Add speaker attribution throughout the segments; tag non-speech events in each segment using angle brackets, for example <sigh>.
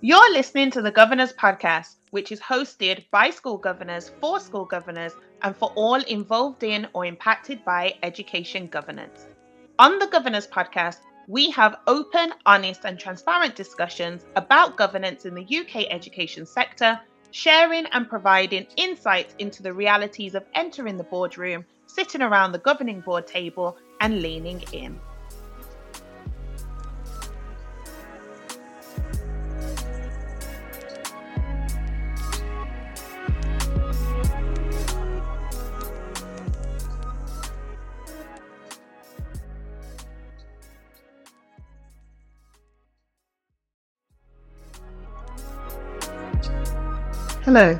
Speaker 1: You're listening to the Governors Podcast, which is hosted by school governors, for school governors, and for all involved in or impacted by education governance. On the Governors Podcast, we have open, honest, and transparent discussions about governance in the UK education sector, sharing and providing insights into the realities of entering the boardroom, sitting around the governing board table, and leaning in.
Speaker 2: Hello,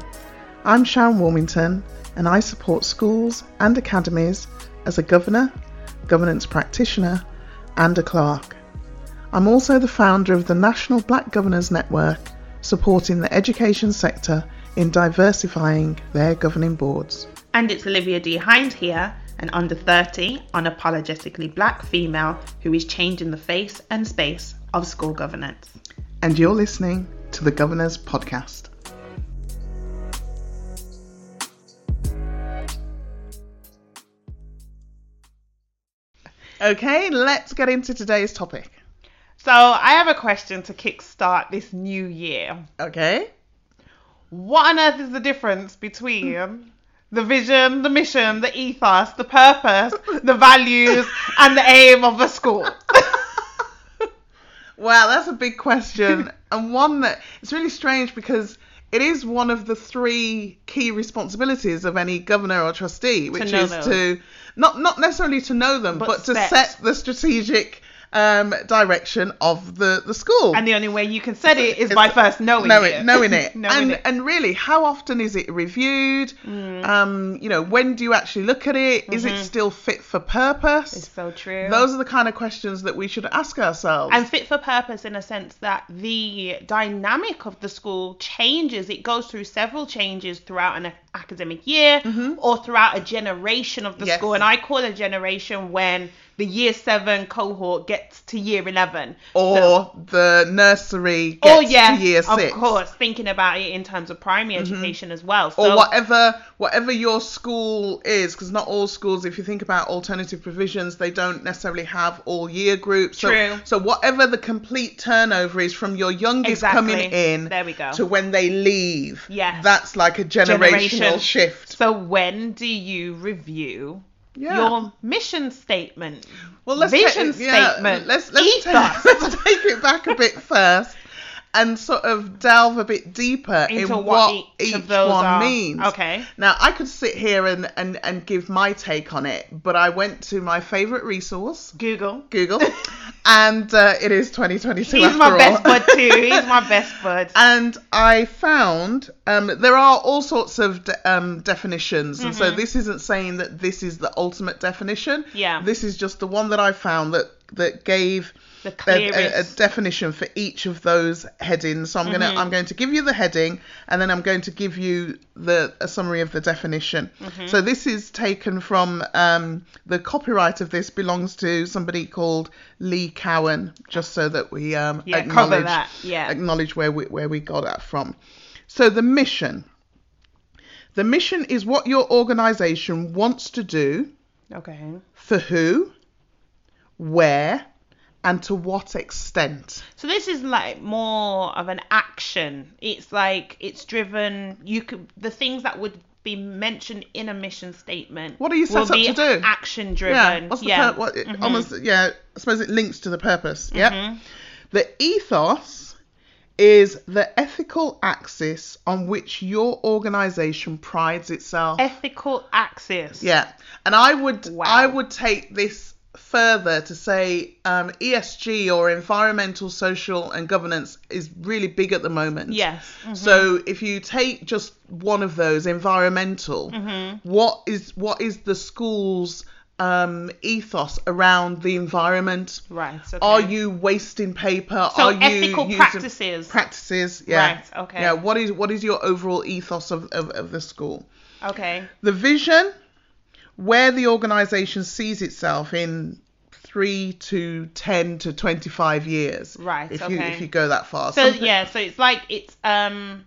Speaker 2: I'm Sharon Warmington and I support schools and academies as a governor, governance practitioner, and a clerk. I'm also the founder of the National Black Governors Network, supporting the education sector in diversifying their governing boards.
Speaker 1: And it's Olivia D. Hind here, an under 30, unapologetically black female who is changing the face and space of school governance.
Speaker 2: And you're listening to the Governors Podcast. Okay, let's get into today's topic.
Speaker 1: So, I have a question to kickstart this new year.
Speaker 2: Okay.
Speaker 1: What on earth is the difference between the vision, the mission, the ethos, the purpose, the values, and the aim of a school?
Speaker 2: Well, that's a big
Speaker 1: <laughs>
Speaker 2: question, and one that it's really strange because it is one of the three key responsibilities of any governor or trustee, which
Speaker 1: know
Speaker 2: is
Speaker 1: those.
Speaker 2: to not not necessarily to know them, but, to
Speaker 1: set.
Speaker 2: set the strategic um, direction of the the school.
Speaker 1: and the only way you can set it is by first knowing
Speaker 2: Know
Speaker 1: it.
Speaker 2: it, knowing
Speaker 1: <laughs>
Speaker 2: it,
Speaker 1: knowing
Speaker 2: and
Speaker 1: it. Mm.
Speaker 2: and really, how often is it reviewed? Um, you know, when do you actually look at it? Is it still fit for purpose?
Speaker 1: Mm-hmm. It's so true.
Speaker 2: Those are the kind of questions that we should ask ourselves.
Speaker 1: and fit for purpose in a sense that the dynamic of the school changes. It goes through several changes throughout an academic year or throughout a generation of the
Speaker 2: Mm-hmm. Yes.
Speaker 1: school. And I call a generation when the year seven cohort gets to year 11.
Speaker 2: or
Speaker 1: So-
Speaker 2: the nursery gets
Speaker 1: oh, yeah,
Speaker 2: to year six. Mm-hmm.
Speaker 1: Of course, thinking about it in terms of primary education as well.
Speaker 2: or
Speaker 1: So,
Speaker 2: whatever whatever your school is because not all schools if you think about alternative provisions they don't necessarily have all year groups so,
Speaker 1: True.
Speaker 2: so whatever the complete turnover is from your youngest
Speaker 1: Exactly.
Speaker 2: coming in
Speaker 1: There we go.
Speaker 2: to when they leave
Speaker 1: Yes.
Speaker 2: that's like a generational
Speaker 1: Generation.
Speaker 2: shift
Speaker 1: so when do you review
Speaker 2: yeah
Speaker 1: your mission statement?
Speaker 2: well, let's
Speaker 1: vision
Speaker 2: take, yeah,
Speaker 1: statement,
Speaker 2: let's let's take,
Speaker 1: ethos.
Speaker 2: <laughs> let's take it back a bit first and sort of delve a bit deeper
Speaker 1: Into
Speaker 2: in
Speaker 1: what each of those
Speaker 2: one
Speaker 1: are.
Speaker 2: means.
Speaker 1: Okay.
Speaker 2: Now I could sit here and, and, and give my take on it, but I went to my favorite resource,
Speaker 1: Google. <laughs>
Speaker 2: Google, and uh, it is 2022
Speaker 1: He's
Speaker 2: after
Speaker 1: my
Speaker 2: all.
Speaker 1: best bud too. He's my best bud.
Speaker 2: <laughs> And I found um, there are all sorts of de- um, definitions, and
Speaker 1: Mm-hmm.
Speaker 2: so this isn't saying that this is the ultimate definition.
Speaker 1: Yeah.
Speaker 2: This is just the one that I found that that gave
Speaker 1: The
Speaker 2: a- a, a
Speaker 1: clearest.
Speaker 2: definition for each of those headings. So I'm gonna
Speaker 1: Mm-hmm.
Speaker 2: I'm going to give you the heading, and then I'm going to give you the a summary of the definition.
Speaker 1: Mm-hmm.
Speaker 2: So this is taken from um, the copyright of this belongs to somebody called Lee Cowan. Just so that we um,
Speaker 1: Yeah, cover
Speaker 2: acknowledge
Speaker 1: that, yeah.
Speaker 2: acknowledge where we where we got that from. So the mission. The mission is what your organisation wants to do,
Speaker 1: Okay.
Speaker 2: for who, where, and to what extent.
Speaker 1: So this is like more of an action. It's like it's driven. You could the things that would be mentioned in a mission statement.
Speaker 2: What are you set
Speaker 1: will
Speaker 2: up
Speaker 1: be
Speaker 2: to do?
Speaker 1: Action
Speaker 2: Yeah,
Speaker 1: driven.
Speaker 2: what's the pur- what, it almost yeah. I suppose it links to the purpose. Yeah. The ethos is the ethical axis on which your organisation prides itself.
Speaker 1: Ethical axis.
Speaker 2: Yeah, and I would
Speaker 1: Wow.
Speaker 2: I would take this further to say um, ESG or environmental, social, and governance is really big at the moment.
Speaker 1: Yes. Mm-hmm.
Speaker 2: So if you take just one of those, environmental,
Speaker 1: Mm-hmm.
Speaker 2: what is what is the school's um, ethos around the environment?
Speaker 1: Right. Okay.
Speaker 2: Are you wasting paper?
Speaker 1: So
Speaker 2: Are you
Speaker 1: ethical
Speaker 2: using-
Speaker 1: practices.
Speaker 2: Practices, yeah.
Speaker 1: Right, okay.
Speaker 2: Yeah. What is what is your overall ethos of, of, of the school?
Speaker 1: okay.
Speaker 2: the vision, where the organisation sees itself in three to ten to twenty five years.
Speaker 1: Right,
Speaker 2: If you
Speaker 1: okay.
Speaker 2: if you go that far.
Speaker 1: So
Speaker 2: Some-
Speaker 1: yeah, so it's like it's um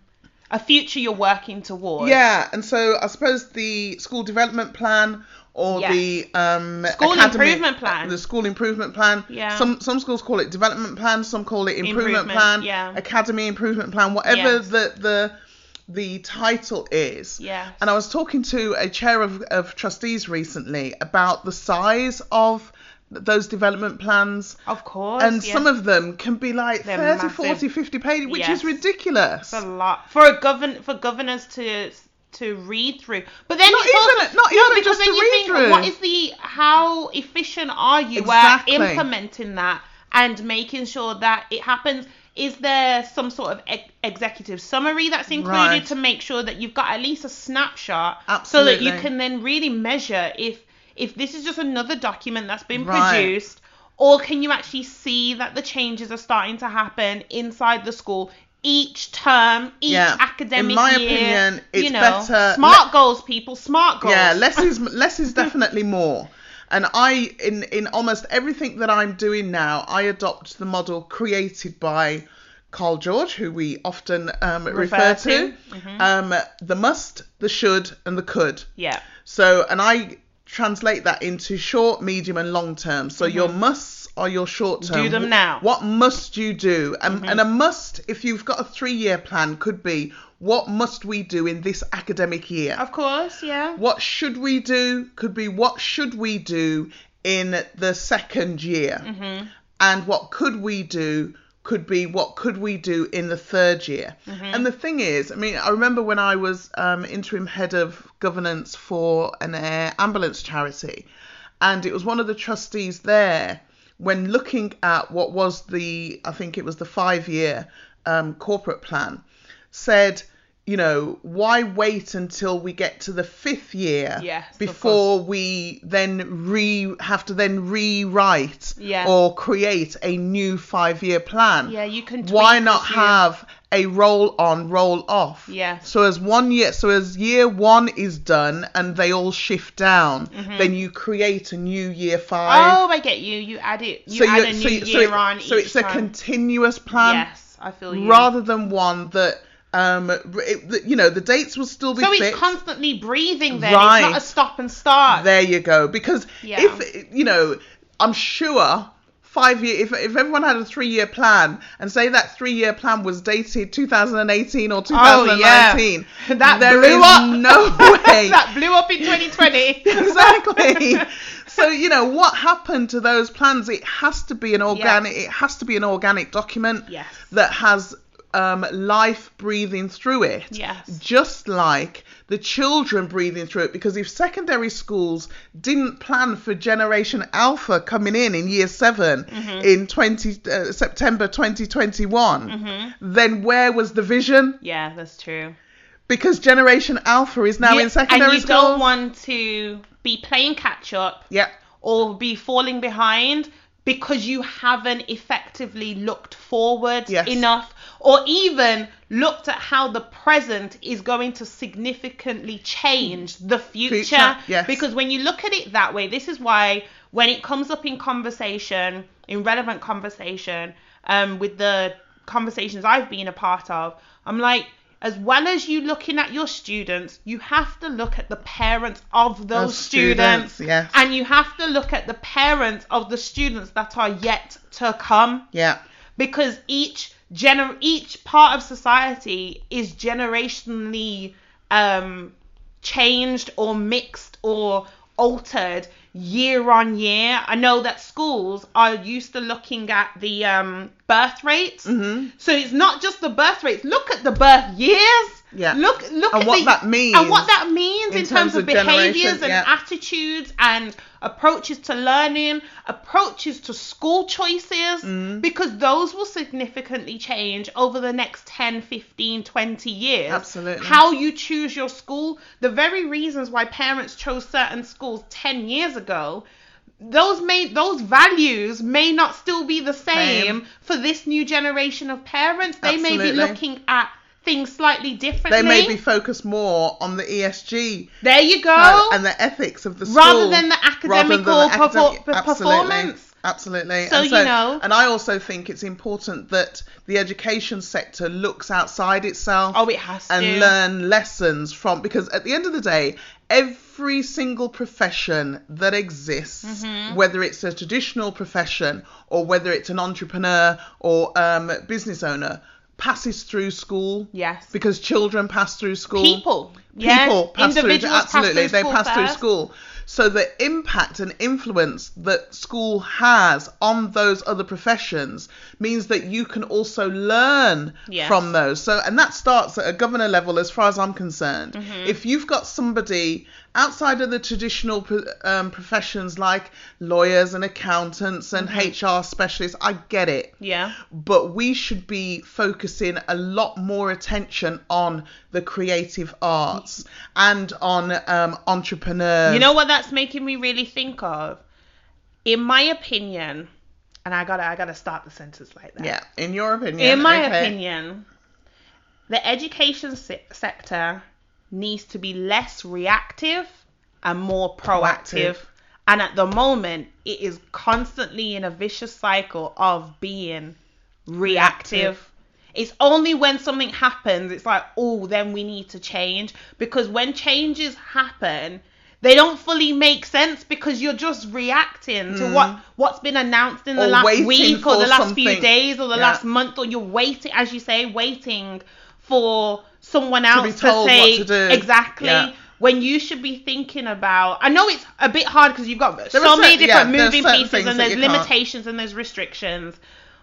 Speaker 1: a future you're working towards.
Speaker 2: Yeah, and so I suppose the school development plan or
Speaker 1: Yes.
Speaker 2: the um,
Speaker 1: School improvement plan.
Speaker 2: the school improvement plan.
Speaker 1: Yeah.
Speaker 2: Some some schools call it development plan, some call it improvement,
Speaker 1: Improvement,
Speaker 2: plan,
Speaker 1: yeah.
Speaker 2: academy improvement plan, whatever
Speaker 1: Yes.
Speaker 2: the the the title is.
Speaker 1: Yes.
Speaker 2: And I was talking to a chair of, of trustees recently about the size of th- those development plans.
Speaker 1: Of course.
Speaker 2: And
Speaker 1: yeah.
Speaker 2: some of them can be like
Speaker 1: They're
Speaker 2: 30,
Speaker 1: massive.
Speaker 2: 40, 50 pages, which
Speaker 1: Yes.
Speaker 2: is ridiculous.
Speaker 1: That's a lot for a govern for governors to to read through. But then
Speaker 2: Not
Speaker 1: it's also
Speaker 2: even, not even
Speaker 1: because
Speaker 2: just
Speaker 1: then
Speaker 2: to
Speaker 1: you
Speaker 2: read
Speaker 1: think,
Speaker 2: through.
Speaker 1: what is the how efficient are you
Speaker 2: Exactly.
Speaker 1: at implementing that and making sure that it happens? Is there some sort of ex- executive summary that's included
Speaker 2: Right.
Speaker 1: to make sure that you've got at least a snapshot, so that you
Speaker 2: Absolutely.
Speaker 1: can then really measure if if this is just another document that's been
Speaker 2: Right.
Speaker 1: produced, or can you actually see that the changes are starting to happen inside the school? Each term, each
Speaker 2: Yeah.
Speaker 1: academic
Speaker 2: In my
Speaker 1: year,
Speaker 2: opinion,
Speaker 1: you
Speaker 2: it's
Speaker 1: know,
Speaker 2: better-
Speaker 1: smart goals, people, smart goals.
Speaker 2: Yeah, less is
Speaker 1: <laughs>
Speaker 2: less is definitely more. And I in in almost everything that I'm doing now, I adopt the model created by Carl George, who we often um, refer,
Speaker 1: Refer
Speaker 2: to,
Speaker 1: to. Mm-hmm.
Speaker 2: um, the must, the should, and the could.
Speaker 1: yeah.
Speaker 2: So, and I translate that into short, medium, and long term. So your musts are your short term.
Speaker 1: Mm-hmm. Do them now. Mm-hmm.
Speaker 2: What must you do? And, and a must, if you've got a three year plan, could be what must we do in this academic year?
Speaker 1: Of course, yeah.
Speaker 2: what should we do could be what should we do in the second year and what could we do could be what could we do in the third year
Speaker 1: Mm-hmm.
Speaker 2: and the thing is i mean i remember when i was um, interim head of governance for an air ambulance charity and it was one of the trustees there when looking at what was the i think it was the five year um, corporate plan said you know why wait until we get to the fifth year
Speaker 1: Yes, of
Speaker 2: before we then re have to then rewrite
Speaker 1: Yeah.
Speaker 2: or create a new five year plan
Speaker 1: Yeah, you can
Speaker 2: why
Speaker 1: tweak
Speaker 2: not
Speaker 1: as you-
Speaker 2: have a roll on roll off
Speaker 1: Yes.
Speaker 2: so as one year so as year one is done and they all shift down then you create a new year five
Speaker 1: Mm-hmm. Oh, I get you. You add it. You add
Speaker 2: you're-
Speaker 1: a new
Speaker 2: you-
Speaker 1: year
Speaker 2: it-
Speaker 1: on.
Speaker 2: so
Speaker 1: each
Speaker 2: it's a
Speaker 1: time.
Speaker 2: continuous plan
Speaker 1: Yes, I feel you.
Speaker 2: rather than one that um r- it, that, you know the dates will still be
Speaker 1: so
Speaker 2: fixed.
Speaker 1: it's constantly breathing. Then it's
Speaker 2: Right.
Speaker 1: not a stop and start.
Speaker 2: there you go because
Speaker 1: Yeah.
Speaker 2: if you know i'm sure five year if, if everyone had a three year plan and say that three year plan was dated 2018 or
Speaker 1: Oh, yeah.
Speaker 2: 2019
Speaker 1: That
Speaker 2: there
Speaker 1: blew
Speaker 2: is
Speaker 1: up. <laughs>
Speaker 2: no way
Speaker 1: that blew up in
Speaker 2: <laughs>
Speaker 1: 2020. <laughs>
Speaker 2: exactly. so you know what happened to those plans? It has to be an organic. It has to be an organic document
Speaker 1: Yes.
Speaker 2: that has um, life breathing through it.
Speaker 1: Yes.
Speaker 2: Just like the children breathing through it, because if secondary schools didn't plan for Generation Alpha coming in in Year 7
Speaker 1: Mm-hmm.
Speaker 2: in 20 uh, September 2021,
Speaker 1: Mm-hmm.
Speaker 2: then where was the vision?
Speaker 1: yeah, that's true.
Speaker 2: Because Generation Alpha is now
Speaker 1: Yeah,
Speaker 2: in secondary
Speaker 1: and you
Speaker 2: schools.
Speaker 1: don't want to be playing catch up
Speaker 2: yeah.
Speaker 1: or be falling behind because you haven't effectively looked forward
Speaker 2: Yes.
Speaker 1: enough or even looked at how the present is going to significantly change the future,
Speaker 2: Future, yes.
Speaker 1: because when you look at it that way this is why when it comes up in conversation in relevant conversation um, with the conversations i've been a part of i'm like as well as you looking at your students you have to look at the parents of those
Speaker 2: students,
Speaker 1: students,
Speaker 2: yes.
Speaker 1: and you have to look at the parents of the students that are yet to come
Speaker 2: Yeah.
Speaker 1: because each gener each part of society is generationally um changed or mixed or altered year on year i know that schools are used to looking at the um birth rates
Speaker 2: Mm-hmm.
Speaker 1: so it's not just the birth rates look at the birth years
Speaker 2: Yeah.
Speaker 1: look look
Speaker 2: And
Speaker 1: at
Speaker 2: what
Speaker 1: the-
Speaker 2: that means
Speaker 1: and what that means in, terms, of, behaviors
Speaker 2: generation,
Speaker 1: and
Speaker 2: yeah.
Speaker 1: attitudes and approaches to learning, approaches to school choices,
Speaker 2: Mm.
Speaker 1: because those will significantly change over the next 10, 15, 20 years.
Speaker 2: Absolutely.
Speaker 1: How you choose your school, the very reasons why parents chose certain schools 10 years ago. Those may those values may not still be the same,
Speaker 2: Same.
Speaker 1: for this new generation of parents. They may be
Speaker 2: Absolutely.
Speaker 1: looking at things slightly differently.
Speaker 2: They may be focused more on the E ESG
Speaker 1: There you go.
Speaker 2: uh, and the ethics of the school
Speaker 1: Oh. rather than the academic
Speaker 2: rather than
Speaker 1: or perfor-
Speaker 2: the academic-
Speaker 1: per-
Speaker 2: absolutely.
Speaker 1: performance.
Speaker 2: Absolutely.
Speaker 1: So,
Speaker 2: and
Speaker 1: you know-
Speaker 2: and I also think it's important that the education sector looks outside itself
Speaker 1: Oh, it has to.
Speaker 2: and learn lessons from because at the end of the day, every single profession that exists,
Speaker 1: Mm-hmm.
Speaker 2: whether it's a traditional profession or whether it's an entrepreneur or um, business owner, passes through school.
Speaker 1: Yes.
Speaker 2: Because children pass through school
Speaker 1: People. Yeah.
Speaker 2: people pass through
Speaker 1: Individuals pass through
Speaker 2: absolutely they
Speaker 1: school
Speaker 2: pass through
Speaker 1: first.
Speaker 2: school so the impact and influence that school has on those other professions means that you can also learn
Speaker 1: Yes.
Speaker 2: from those so and that starts at a governor level as far as i'm concerned
Speaker 1: Mm-hmm.
Speaker 2: if you've got somebody outside of the traditional pr- um, professions like lawyers and accountants and
Speaker 1: Mm-hmm.
Speaker 2: hr specialists i get it
Speaker 1: Yeah.
Speaker 2: but we should be focusing a lot more attention on the creative arts and on um, entrepreneurs.
Speaker 1: You know what that's making me really think of? In my opinion, and I gotta I gotta start the sentence like that.
Speaker 2: yeah, in your opinion.
Speaker 1: In my
Speaker 2: okay.
Speaker 1: opinion, the education se- sector needs to be less reactive and more proactive.
Speaker 2: Proactive.
Speaker 1: And at the moment, it is constantly in a vicious cycle of being reactive.
Speaker 2: Reactive.
Speaker 1: It's only when something happens, it's like, oh, then we need to change. Because when changes happen, they don't fully make sense because you're just reacting to what what's been announced in the
Speaker 2: Hmm. Or
Speaker 1: last
Speaker 2: waiting
Speaker 1: week or
Speaker 2: for
Speaker 1: the last few
Speaker 2: something.
Speaker 1: days or the
Speaker 2: Yeah.
Speaker 1: last month or you're waiting as you say waiting for someone else
Speaker 2: be told what
Speaker 1: say
Speaker 2: to do.
Speaker 1: exactly
Speaker 2: Yeah.
Speaker 1: when you should be thinking about i know it's a bit hard because you've got
Speaker 2: There are
Speaker 1: so many
Speaker 2: certain-
Speaker 1: different
Speaker 2: yeah, there's
Speaker 1: moving
Speaker 2: certain
Speaker 1: pieces
Speaker 2: things
Speaker 1: and
Speaker 2: that
Speaker 1: there's
Speaker 2: you can't.
Speaker 1: limitations and there's restrictions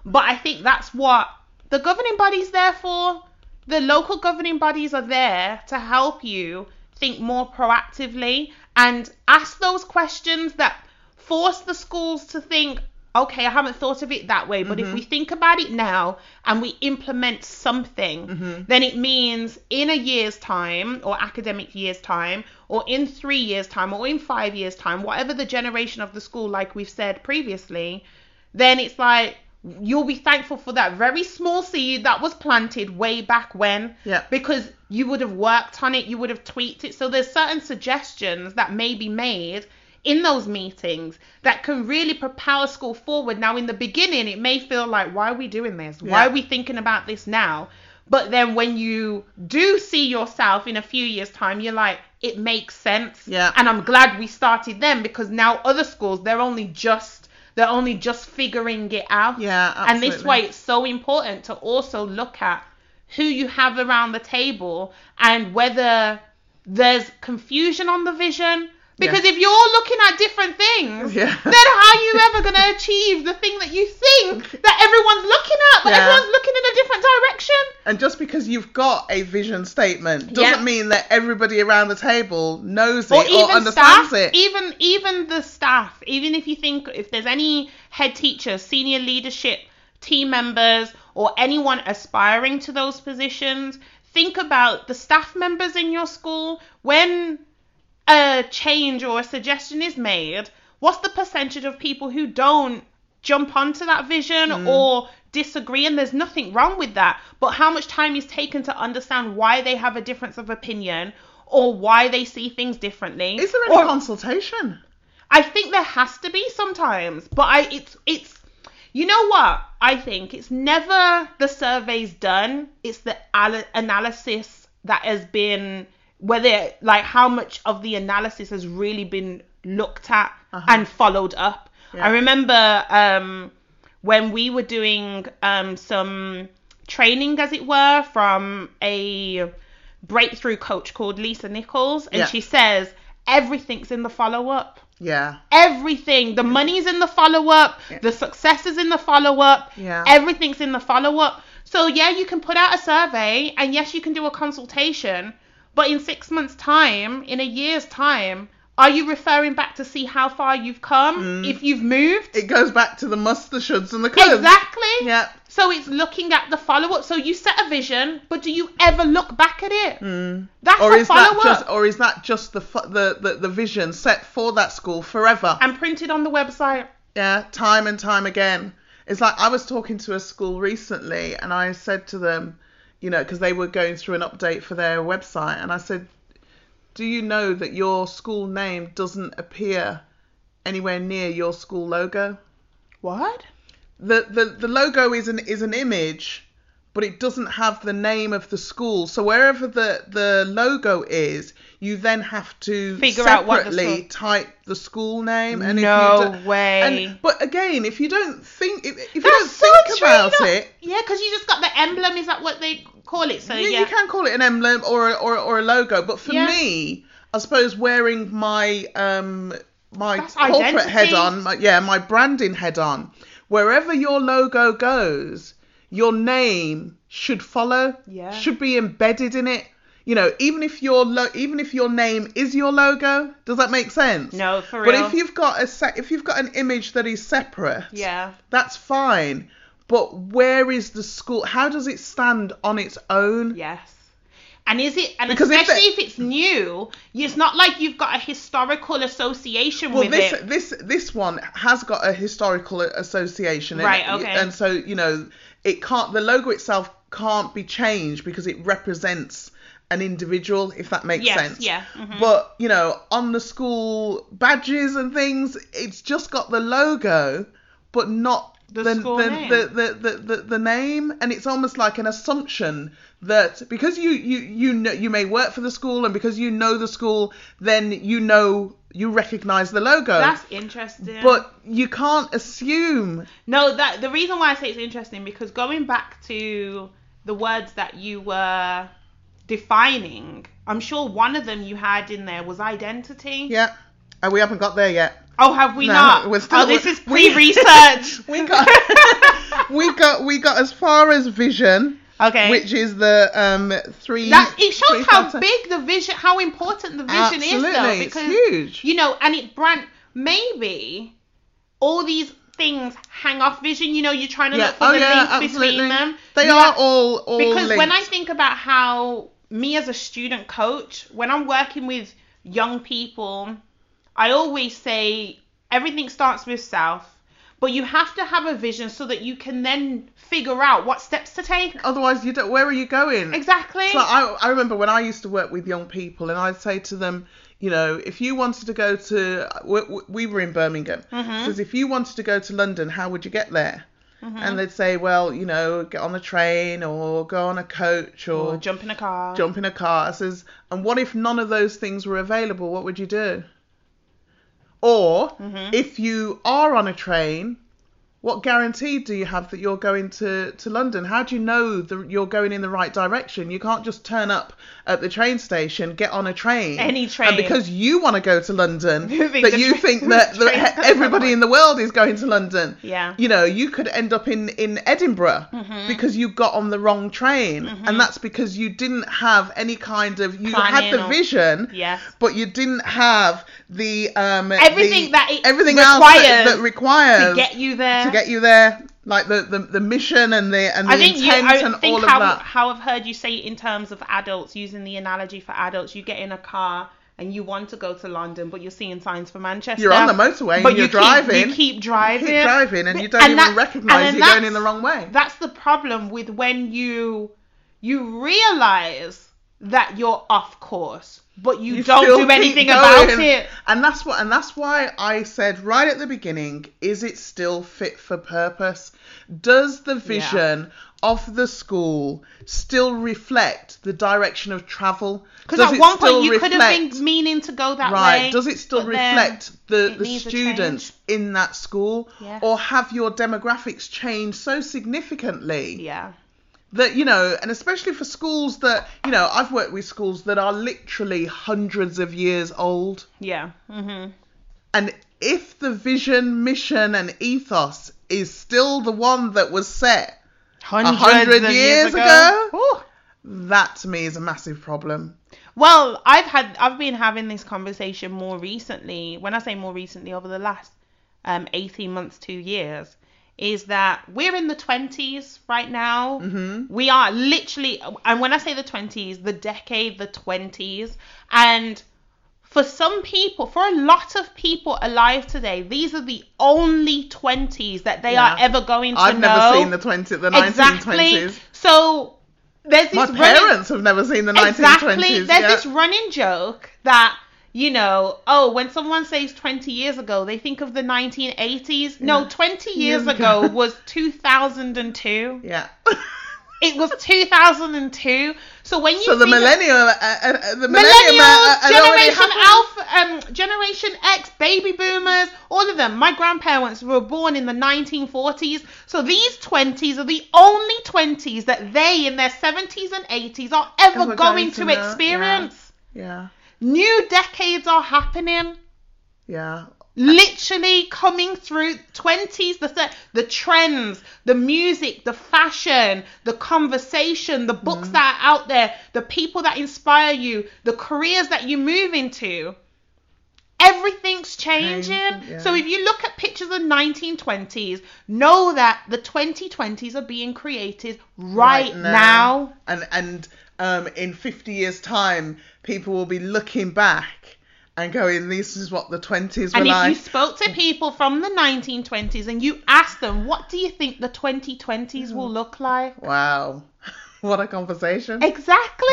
Speaker 1: but i think that's what the governing body's there for the local governing bodies are there to help you think more proactively and ask those questions that force the schools to think okay i haven't thought of it that way but if we think about it now and we implement something then it means in a year's time or academic year's time or in 3 years time or in 5 years time whatever the generation of the school like we've said previously then it's like you'll be thankful for that very small seed that was planted way back when
Speaker 2: Yeah.
Speaker 1: because you would have worked on it you would have tweaked it so there's certain suggestions that may be made in those meetings that can really propel school forward now in the beginning it may feel like why are we doing this why
Speaker 2: Yeah.
Speaker 1: are we thinking about this now but then when you do see yourself in a few years time you're like it makes sense
Speaker 2: Yeah.
Speaker 1: and i'm glad we started then because now other schools they're only just they're only just figuring it out
Speaker 2: Yeah,
Speaker 1: and this
Speaker 2: absolutely.
Speaker 1: way it's so important to also look at who you have around the table and whether there's confusion on the vision because
Speaker 2: Yeah.
Speaker 1: if you're looking at different things
Speaker 2: Yeah.
Speaker 1: then how are you ever going to achieve the thing that you
Speaker 2: <laughs>
Speaker 1: think that everyone's looking at but
Speaker 2: Yeah.
Speaker 1: everyone's looking in a different direction
Speaker 2: And just because you've got a vision statement doesn't
Speaker 1: Yeah.
Speaker 2: mean that everybody around the table knows it
Speaker 1: or
Speaker 2: or,
Speaker 1: even
Speaker 2: understands
Speaker 1: staff,
Speaker 2: it.
Speaker 1: even even the staff, even if you think if there's any head teachers, senior leadership team members, or anyone aspiring to those positions, think about the staff members in your school when a change or a suggestion is made. What's the percentage of people who don't jump onto that vision or disagree and there's nothing wrong with that but how much time is taken to understand why they have a difference of opinion or why they see things differently
Speaker 2: Is there any
Speaker 1: Or-
Speaker 2: consultation?
Speaker 1: i think there has to be sometimes but i it's it's you know what i think it's never the surveys done it's the al- analysis that has been whether like how much of the analysis has really been looked at and followed up i remember um when we were doing um, some training, as it were, from a breakthrough coach called Lisa Nichols, and
Speaker 2: Yeah.
Speaker 1: she says everything's in the follow up.
Speaker 2: Yeah.
Speaker 1: Everything, the money's in the follow up, the success is in the follow up,
Speaker 2: Yeah.
Speaker 1: everything's in the follow up. So, yeah, you can put out a survey, and yes, you can do a consultation, but in six months' time, in a year's time, are you referring back to see how far you've come,
Speaker 2: Mm.
Speaker 1: if you've moved?
Speaker 2: It goes back to the must, the shoulds, and the coulds.
Speaker 1: Exactly.
Speaker 2: Yeah.
Speaker 1: So it's looking at the follow up. So you set a vision, but do you ever look back at it? Mm. That's
Speaker 2: Or
Speaker 1: a
Speaker 2: is that
Speaker 1: follow
Speaker 2: just,
Speaker 1: up.
Speaker 2: or is that just the, fu- the the the vision set for that school forever?
Speaker 1: And printed on the website.
Speaker 2: Yeah, time and time again. It's like I was talking to a school recently and I said to them, you know, because they were going through an update for their website, and I said, Do you know that your school name doesn't appear anywhere near your school logo?
Speaker 1: What?
Speaker 2: the the, the logo is an is an image but it doesn't have the name of the school so wherever the the logo is you then have to
Speaker 1: Figure out what the
Speaker 2: separately
Speaker 1: school-
Speaker 2: type the school name and if you
Speaker 1: no
Speaker 2: don't-
Speaker 1: way.
Speaker 2: and, but again if you don't think if, if you
Speaker 1: That's
Speaker 2: don't
Speaker 1: so
Speaker 2: think
Speaker 1: true,
Speaker 2: about
Speaker 1: you know.
Speaker 2: it
Speaker 1: yeah, because you just got the emblem. Is that what they call it? So
Speaker 2: you,
Speaker 1: Uh, yeah.
Speaker 2: you can call it an emblem or a, or, a- or a logo but for
Speaker 1: Yeah.
Speaker 2: me i suppose wearing my um my
Speaker 1: That's
Speaker 2: corporate
Speaker 1: identity.
Speaker 2: head on my, yeah my branding head on wherever your logo goes your name should follow
Speaker 1: Yeah.
Speaker 2: should be embedded in it you know even if your lo- even if your name is your logo does that make sense
Speaker 1: No, for
Speaker 2: but
Speaker 1: real.
Speaker 2: if you've got a se- if you've got an image that is separate
Speaker 1: yeah.
Speaker 2: that's fine. But where is the school? How does it stand on its own?
Speaker 1: Yes. And is it, and
Speaker 2: Because if
Speaker 1: especially
Speaker 2: they-
Speaker 1: if, it's new, it's not like you've got a historical association
Speaker 2: Well,
Speaker 1: with
Speaker 2: this
Speaker 1: it.
Speaker 2: this this one has got a historical a- association, in it.
Speaker 1: Right, okay.
Speaker 2: And so you know, it can't. The logo itself can't be changed because it represents an individual, if that makes
Speaker 1: Yes,
Speaker 2: sense.
Speaker 1: yeah, mhm.
Speaker 2: But you know, on the school badges and things, it's just got the logo, but not
Speaker 1: The
Speaker 2: the
Speaker 1: school
Speaker 2: the,
Speaker 1: name.
Speaker 2: the, the, the, the the name and it's almost like an assumption that because you you you know you may work for the school and because you know the school then you know you recognize the logo
Speaker 1: That's interesting.
Speaker 2: but you can't assume
Speaker 1: no, that the reason why I say it's interesting because going back to the words that you were defining, I'm sure one of them you had in there was identity.
Speaker 2: yeah and we haven't got there yet
Speaker 1: Oh, have we
Speaker 2: No,
Speaker 1: not?
Speaker 2: we're still-
Speaker 1: oh, this
Speaker 2: <laughs> we-
Speaker 1: is pre-research.
Speaker 2: <laughs> we
Speaker 1: <laughs>
Speaker 2: got we got we got as far as vision
Speaker 1: okay.
Speaker 2: which is the um three
Speaker 1: that it shows
Speaker 2: three
Speaker 1: how
Speaker 2: factor-
Speaker 1: big the vision, how important the vision
Speaker 2: absolutely
Speaker 1: is, though,
Speaker 2: it's
Speaker 1: because
Speaker 2: huge
Speaker 1: you know, and it brand maybe all these things hang off vision. You know, you're trying to
Speaker 2: yeah.
Speaker 1: look for
Speaker 2: Oh
Speaker 1: the
Speaker 2: yeah,
Speaker 1: links
Speaker 2: absolutely.
Speaker 1: between them.
Speaker 2: They
Speaker 1: You
Speaker 2: are
Speaker 1: have-
Speaker 2: all all
Speaker 1: because when I
Speaker 2: linked.
Speaker 1: think about how me as a student coach, when I'm working with young people, I always say everything starts with self. But you have to have a vision so that you can then figure out what steps to take.
Speaker 2: Otherwise, you don't. Where are you going?
Speaker 1: Exactly.
Speaker 2: Oh, So I, I remember when I used to work with young people, and I'd say to them, you know, if you wanted to go to, we, we were in Birmingham, says if you wanted to go to London, how would you get there? And they'd say, well, you know, get on a train or go on a coach or,
Speaker 1: or jump in a car.
Speaker 2: jump in a car. I says, and what if none of those things were available? What would you do? Or
Speaker 1: Mm-hmm.
Speaker 2: if you are on a train, what guarantee do you have that you're going to, to London? How do you know that you're going in the right direction? You can't just turn up at the train station, get on a train.
Speaker 1: Any
Speaker 2: And
Speaker 1: train.
Speaker 2: because you want to go
Speaker 1: <laughs>
Speaker 2: to London,
Speaker 1: You think
Speaker 2: that
Speaker 1: the
Speaker 2: you
Speaker 1: train-
Speaker 2: think that
Speaker 1: <laughs> the train's
Speaker 2: that
Speaker 1: gonna
Speaker 2: everybody in the world is going to London
Speaker 1: Yeah. Mm-hmm.
Speaker 2: you know, you could end up in in Edinburgh because you got on the wrong train, and that's because you didn't have any kind of you
Speaker 1: Planning
Speaker 2: had the
Speaker 1: or-
Speaker 2: vision,
Speaker 1: Yes.
Speaker 2: but you didn't have the um
Speaker 1: Everything
Speaker 2: the-
Speaker 1: that it
Speaker 2: everything else that,
Speaker 1: requires
Speaker 2: that requires
Speaker 1: to get you there.
Speaker 2: to get you there, like the the, the mission and the and the
Speaker 1: I think you,
Speaker 2: intent and
Speaker 1: I
Speaker 2: all
Speaker 1: think
Speaker 2: of
Speaker 1: how,
Speaker 2: that.
Speaker 1: how I've heard you say it in terms of adults using the analogy for adults. You get in a car and you want to go to London, but you're seeing signs for Manchester.
Speaker 2: You're on the motorway
Speaker 1: but
Speaker 2: and
Speaker 1: you
Speaker 2: you're
Speaker 1: Keep,
Speaker 2: driving.
Speaker 1: you keep driving.
Speaker 2: keep driving and you don't
Speaker 1: And
Speaker 2: even
Speaker 1: that-
Speaker 2: recognize
Speaker 1: and then
Speaker 2: you're going in
Speaker 1: that's-
Speaker 2: the wrong way.
Speaker 1: That's the problem with when you you realize that you're off course, but you, don't
Speaker 2: still
Speaker 1: do
Speaker 2: keep
Speaker 1: anything about
Speaker 2: going.
Speaker 1: it.
Speaker 2: And that's what and that's why I said right at the beginning, is it still fit for purpose? Does the vision of the school still reflect the direction of travel? Does
Speaker 1: Because
Speaker 2: it
Speaker 1: at one
Speaker 2: still
Speaker 1: point you could have
Speaker 2: reflect-
Speaker 1: been meaning to go that
Speaker 2: Right.
Speaker 1: way.
Speaker 2: Does it still
Speaker 1: but then
Speaker 2: reflect the,
Speaker 1: it
Speaker 2: the
Speaker 1: needs a
Speaker 2: students in that school?
Speaker 1: Yeah.
Speaker 2: Or have your demographics changed so significantly
Speaker 1: Yeah.
Speaker 2: that you know and especially for schools that you know i've worked with schools that are literally hundreds of years old
Speaker 1: Yeah. hmm
Speaker 2: and if the vision mission and ethos is still the one that was set a
Speaker 1: Hundreds
Speaker 2: hundred
Speaker 1: of
Speaker 2: years, ago, that to me is a massive problem
Speaker 1: Well, I've had I've been having this conversation more recently. When I say more recently, over the last um, 18 months, two years, is that we're in the 20s right now. Mm-hmm. We are literally, and when I say the 20s, the decade, the 20s, and for some people, for a lot of people alive today, these are the only 20s that they
Speaker 2: Yeah.
Speaker 1: are ever going to
Speaker 2: i've
Speaker 1: know.
Speaker 2: never seen the 20 the 1920s
Speaker 1: Exactly. So there's
Speaker 2: my
Speaker 1: this running-
Speaker 2: parents have never seen the 1920s
Speaker 1: Exactly. There's
Speaker 2: yeah.
Speaker 1: this running joke that you know, oh, when someone says 20 years ago, they think of the 1980s. No,
Speaker 2: Yeah.
Speaker 1: 20
Speaker 2: Years
Speaker 1: years
Speaker 2: ago.
Speaker 1: ago was 2002.
Speaker 2: <laughs>
Speaker 1: <laughs>
Speaker 2: Yeah.
Speaker 1: It was 2002. So when you
Speaker 2: so the
Speaker 1: think of-
Speaker 2: millennial, uh, uh, uh, the millennium, uh,
Speaker 1: Millennials,
Speaker 2: uh, had already
Speaker 1: Generation
Speaker 2: happened.
Speaker 1: Alpha, um, Generation X, Baby Boomers, all of them. My grandparents were born in the 1940s, so these 20s are the only 20s that they, in their 70s and 80s, are ever
Speaker 2: Ever
Speaker 1: going,
Speaker 2: going to
Speaker 1: to
Speaker 2: know, yeah.
Speaker 1: experience.
Speaker 2: Yeah.
Speaker 1: New decades are happening.
Speaker 2: Yeah.
Speaker 1: Literally coming through 20s, the thir- the trends, the music, the fashion, the conversation, the books that are out there, the people that inspire you, the careers that you move into. Everything's changing.
Speaker 2: Changing, yeah.
Speaker 1: So if you look at pictures of 1920s, know that the 2020s are being created right, now.
Speaker 2: And and um, in 50 years' time, people will be looking back and going, "This is what the 20s were
Speaker 1: And if you
Speaker 2: like."
Speaker 1: spoke to people from the 1920s and you asked them, what do you think the 2020s will look like?
Speaker 2: Wow, <laughs> what a conversation!
Speaker 1: Exactly.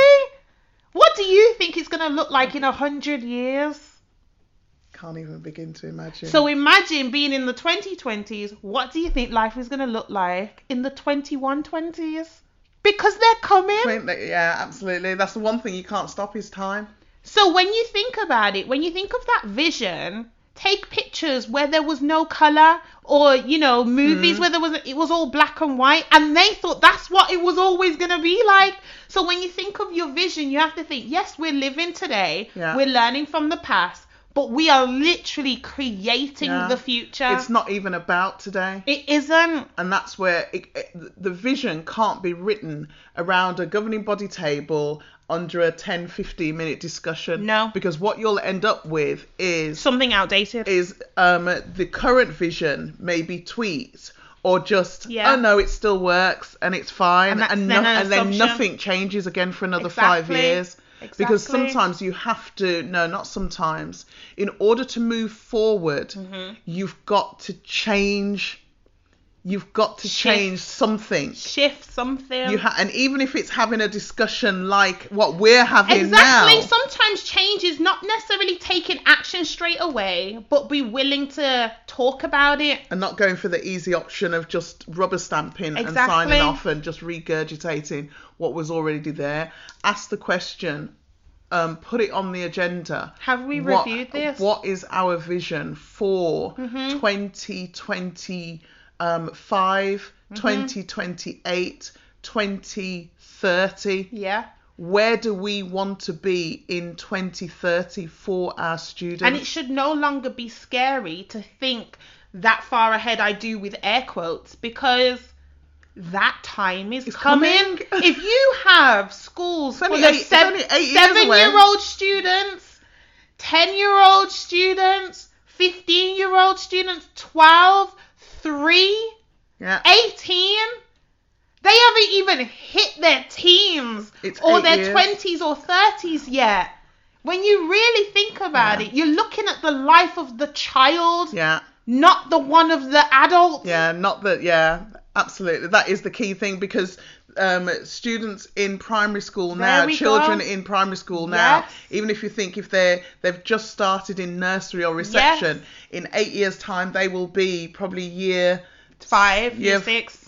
Speaker 1: What do you think it's going to look like in a hundred years?
Speaker 2: Can't even begin to imagine.
Speaker 1: So imagine being in the 2020s. What do you think life is going to look like in the 2120s? Because they're coming.
Speaker 2: Point that- yeah, absolutely. That's the one thing you can't stop is time.
Speaker 1: So when you think about it, when you think of that vision, take pictures where there was no color or, you know, movies
Speaker 2: Hmm.
Speaker 1: where there was it was all black and white and they thought that's what it was always going to be like. So when you think of your vision, you have to think, yes, we're living today.
Speaker 2: Yeah.
Speaker 1: We're learning from the past, but we are literally creating
Speaker 2: Yeah.
Speaker 1: the future.
Speaker 2: It's not even about today.
Speaker 1: it isn't.
Speaker 2: and that's where it, it, the vision can't be written around a governing body table under a 10 15 minute discussion
Speaker 1: No.
Speaker 2: because what you'll end up with is
Speaker 1: Something outdated.
Speaker 2: is um the current vision maybe tweets or just
Speaker 1: Yeah.
Speaker 2: oh no it still works and it's fine
Speaker 1: And
Speaker 2: and
Speaker 1: that's
Speaker 2: and,
Speaker 1: then
Speaker 2: no-
Speaker 1: an
Speaker 2: and then
Speaker 1: assumption.
Speaker 2: nothing changes again for another five
Speaker 1: Exactly.
Speaker 2: years because
Speaker 1: Exactly.
Speaker 2: sometimes you have to no not sometimes in order to move forward
Speaker 1: Mm-hmm.
Speaker 2: you've got to change you've got to
Speaker 1: Shift.
Speaker 2: change something
Speaker 1: Shift something.
Speaker 2: you ha- and even if it's having a discussion like what we're having
Speaker 1: Exactly.
Speaker 2: now
Speaker 1: Sometimes change is not necessarily taking action straight away, but be willing to talk about it.
Speaker 2: and not going for the easy option of just rubber stamping and
Speaker 1: Exactly.
Speaker 2: signing off and just regurgitating what was already there. Ask the question, um, put it on the agenda.
Speaker 1: Have we
Speaker 2: What-
Speaker 1: reviewed this? Mm-hmm.
Speaker 2: What is our vision for 2025, um, five,
Speaker 1: Mm-hmm.
Speaker 2: 2028, 2030?
Speaker 1: Yeah.
Speaker 2: Where do we want to be in 2030 for our students?
Speaker 1: And it should no longer be scary to think that far ahead, I do with air quotes, because that time is coming.
Speaker 2: coming.
Speaker 1: <laughs> if you have schools for
Speaker 2: only
Speaker 1: the
Speaker 2: eight- it's
Speaker 1: seven,
Speaker 2: only eight years
Speaker 1: seven
Speaker 2: away.
Speaker 1: year old students, 10 year old students, 15 year old students, 12, 3,
Speaker 2: yeah.
Speaker 1: 18 they haven't even hit their teens
Speaker 2: It's
Speaker 1: or
Speaker 2: eight
Speaker 1: their
Speaker 2: years.
Speaker 1: 20s or 30s yet when you really think about it you're looking at the life of the child
Speaker 2: yeah.
Speaker 1: not the one of the adult
Speaker 2: Yeah, not that. Yeah, absolutely. That is the key thing because um, students in primary school now,
Speaker 1: we
Speaker 2: children
Speaker 1: go.
Speaker 2: in primary school now,
Speaker 1: Yes.
Speaker 2: even if you think if they they've just started in nursery or reception, in eight years' time they will be probably year
Speaker 1: five year
Speaker 2: Yeah.
Speaker 1: six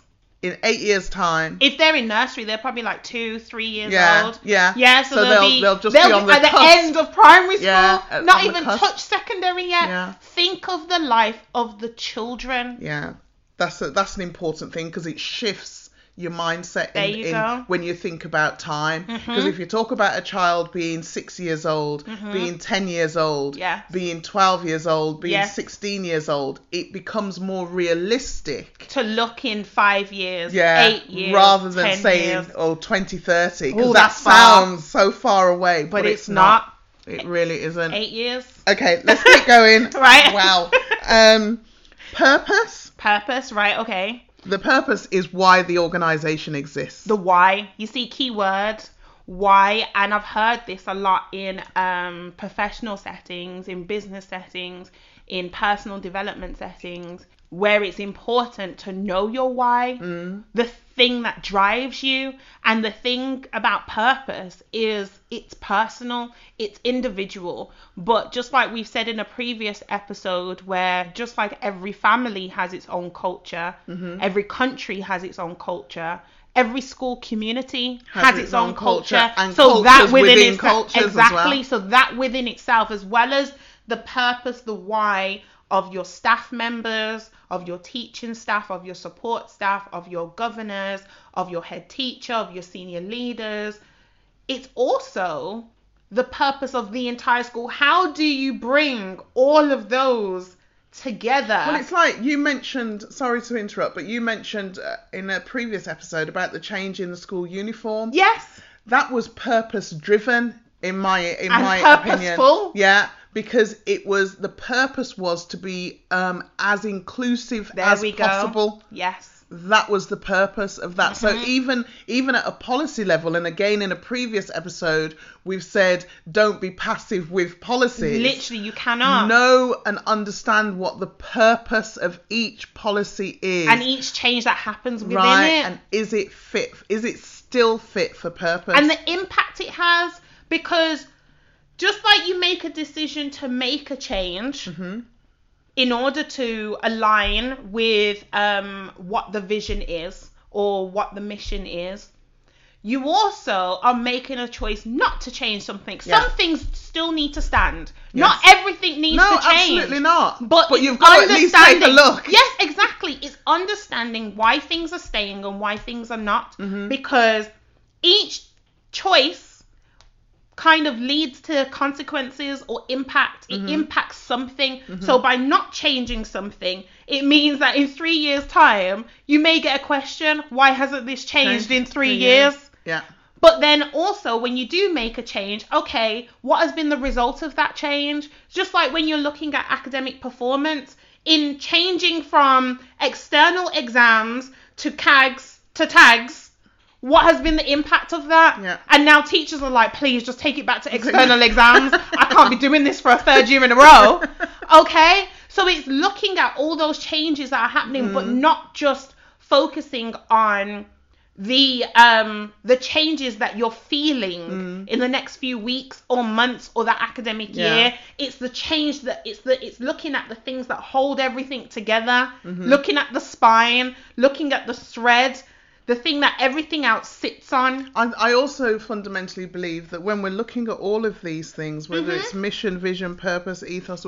Speaker 2: in eight years' time.
Speaker 1: if they're in nursery they're probably like two three years
Speaker 2: Yeah,
Speaker 1: old
Speaker 2: yeah.
Speaker 1: yeah so,
Speaker 2: So
Speaker 1: they'll,
Speaker 2: they'll-
Speaker 1: be,
Speaker 2: they'll just
Speaker 1: they'll
Speaker 2: be on the
Speaker 1: at the
Speaker 2: cusp.
Speaker 1: end of primary school
Speaker 2: Yeah, at-
Speaker 1: not
Speaker 2: on the
Speaker 1: even
Speaker 2: cusp.
Speaker 1: touch secondary yet
Speaker 2: Yeah.
Speaker 1: think of the life of the children
Speaker 2: Yeah, that's a, that's an important thing because it shifts your mindset
Speaker 1: There
Speaker 2: in,
Speaker 1: you
Speaker 2: in
Speaker 1: go. Mm-hmm.
Speaker 2: when you think about time. Because if you talk about a child being six years old, being ten years old,
Speaker 1: Mm-hmm. Yes.
Speaker 2: being twelve years old, being
Speaker 1: Yes.
Speaker 2: sixteen years old, it becomes more realistic.
Speaker 1: to look in five years,
Speaker 2: Yeah,
Speaker 1: eight years,
Speaker 2: rather than
Speaker 1: 10
Speaker 2: saying
Speaker 1: years,
Speaker 2: oh 2030
Speaker 1: Ooh,
Speaker 2: because that
Speaker 1: that's far.
Speaker 2: sounds so far away, but,
Speaker 1: but it's, not.
Speaker 2: It really isn't.
Speaker 1: eight years.
Speaker 2: Okay, let's keep going.
Speaker 1: <laughs> Right.
Speaker 2: Wow. Um, purpose.
Speaker 1: Purpose, right? Okay.
Speaker 2: The purpose is why the organization exists.
Speaker 1: The why. You see, keyword why, and I've heard this a lot in um, professional settings, in business settings, in personal development settings. where it's important to know your why,
Speaker 2: Mm.
Speaker 1: the thing that drives you. And the thing about purpose is it's personal, it's individual. But just like we've said in a previous episode, where just like every family has its own culture,
Speaker 2: Mm-hmm.
Speaker 1: every country has its own culture. Every school community has, its, own, culture,
Speaker 2: and
Speaker 1: so that
Speaker 2: cultures
Speaker 1: within,
Speaker 2: within
Speaker 1: itse-
Speaker 2: cultures as well.
Speaker 1: exactly so that within itself as well as the purpose the why of your staff members of your teaching staff of your support staff of your governors of your head teacher of your senior leaders it's also the purpose of the entire school how do you bring all of those together
Speaker 2: Well, it's like you mentioned. Sorry to interrupt, but you mentioned uh, in a previous episode about the change in the school uniform.
Speaker 1: yes
Speaker 2: that was purpose driven, in my in
Speaker 1: And
Speaker 2: my
Speaker 1: purposeful.
Speaker 2: opinion. Yeah, because it was the purpose was to be um, as inclusive
Speaker 1: there
Speaker 2: as
Speaker 1: we go
Speaker 2: possible.
Speaker 1: yes
Speaker 2: That was the purpose of that. So even even at a policy level, and again in a previous episode, we've said don't be passive with policies
Speaker 1: literally you cannot
Speaker 2: know and understand what the purpose of each policy is
Speaker 1: and each change that happens within
Speaker 2: right
Speaker 1: it
Speaker 2: and is it fit is it still fit for purpose
Speaker 1: and the impact it has because just like you make a decision to make a change
Speaker 2: Mm-hmm.
Speaker 1: in order to align with um, what the vision is or what the mission is you also are making a choice not to change something
Speaker 2: Yeah.
Speaker 1: some things still need to stand not
Speaker 2: Yes.
Speaker 1: everything needs
Speaker 2: no
Speaker 1: to change
Speaker 2: absolutely not
Speaker 1: but,
Speaker 2: but
Speaker 1: it's
Speaker 2: you've got to at least take a
Speaker 1: understanding-
Speaker 2: look
Speaker 1: Yes, exactly. It's understanding why things are staying and why things are not.
Speaker 2: Mm-hmm.
Speaker 1: Because each choice kind of leads to consequences or impact.
Speaker 2: Mm-hmm.
Speaker 1: It impacts something. So by not changing something, it means that in three years' time, you may get a question why hasn't this changed in three years?
Speaker 2: yeah
Speaker 1: But then also, when you do make a change, okay, what has been the result of that change? Just like when you're looking at academic performance, in changing from external exams to CAGs to tags, what has been the impact of that?
Speaker 2: Yeah.
Speaker 1: And now teachers are like, please just take it back to external exams. I can't be doing this for a third year in a row. Okay? So it's looking at all those changes that are happening, but not just focusing on the um the changes that you're feeling in the next few weeks or months or that academic
Speaker 2: Yeah.
Speaker 1: year it's the change that it's the it's looking at the things that hold everything together looking at the spine looking at the thread the thing that everything else sits on
Speaker 2: I, I also fundamentally believe that when we're looking at all of these things, whether
Speaker 1: Mm-hmm.
Speaker 2: it's mission, vision, purpose, ethos,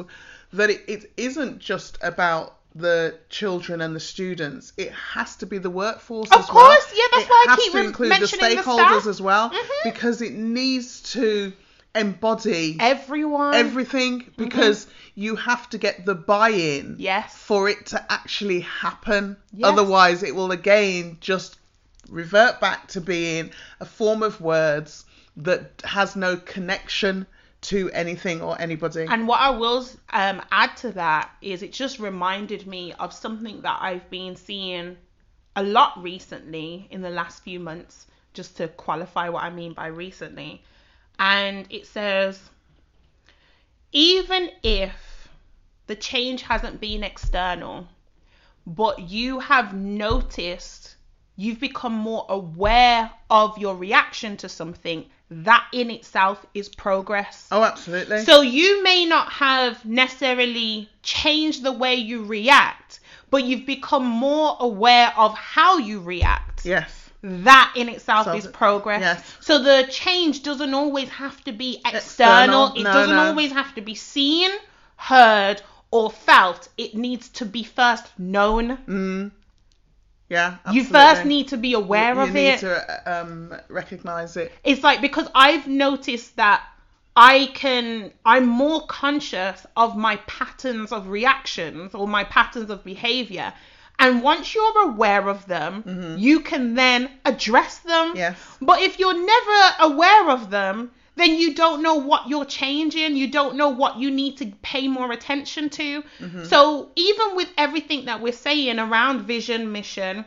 Speaker 2: that it, it isn't just about the children and the students. It has to be the workforce
Speaker 1: Of
Speaker 2: as well.
Speaker 1: course, yeah, that's
Speaker 2: it
Speaker 1: why I
Speaker 2: has
Speaker 1: keep
Speaker 2: to
Speaker 1: rem-
Speaker 2: include
Speaker 1: mentioning
Speaker 2: the
Speaker 1: the
Speaker 2: stakeholders
Speaker 1: staff.
Speaker 2: as well
Speaker 1: Mhm.
Speaker 2: because it needs to embody
Speaker 1: everyone
Speaker 2: everything because you have to get the buy-in
Speaker 1: Mm-hmm. yes
Speaker 2: for it to actually happen.
Speaker 1: Yes.
Speaker 2: Otherwise, it will again just revert back to being a form of words that has no connection to anything or anybody.
Speaker 1: And what I will um, add to that is it just reminded me of something that I've been seeing a lot recently in the last few months, just to qualify what I mean by recently. And it says, even if the change hasn't been external, but you have noticed you've become more aware of your reaction to something, that in itself is progress.
Speaker 2: oh, absolutely.
Speaker 1: So you may not have necessarily changed the way you react, but you've become more aware of how you react.
Speaker 2: yes.
Speaker 1: That in itself
Speaker 2: So-
Speaker 1: is progress.
Speaker 2: yes.
Speaker 1: So the change doesn't always have to be external.
Speaker 2: External,
Speaker 1: It
Speaker 2: no,
Speaker 1: doesn't
Speaker 2: no.
Speaker 1: always have to be seen, heard, or felt. It needs to be first known.
Speaker 2: Mm. Yeah. Absolutely.
Speaker 1: You first need to be aware
Speaker 2: You
Speaker 1: of
Speaker 2: need
Speaker 1: it.
Speaker 2: to uh, um, recognize it.
Speaker 1: it's like because I've noticed that I can I'm more conscious of my patterns of reactions or my patterns of behavior. And once you're aware of them, you can then address them.
Speaker 2: Yes.
Speaker 1: But if you're never aware of them, then you don't know what you're changing. You don't know what you need to pay more attention to. So, even with everything that we're saying around vision, mission,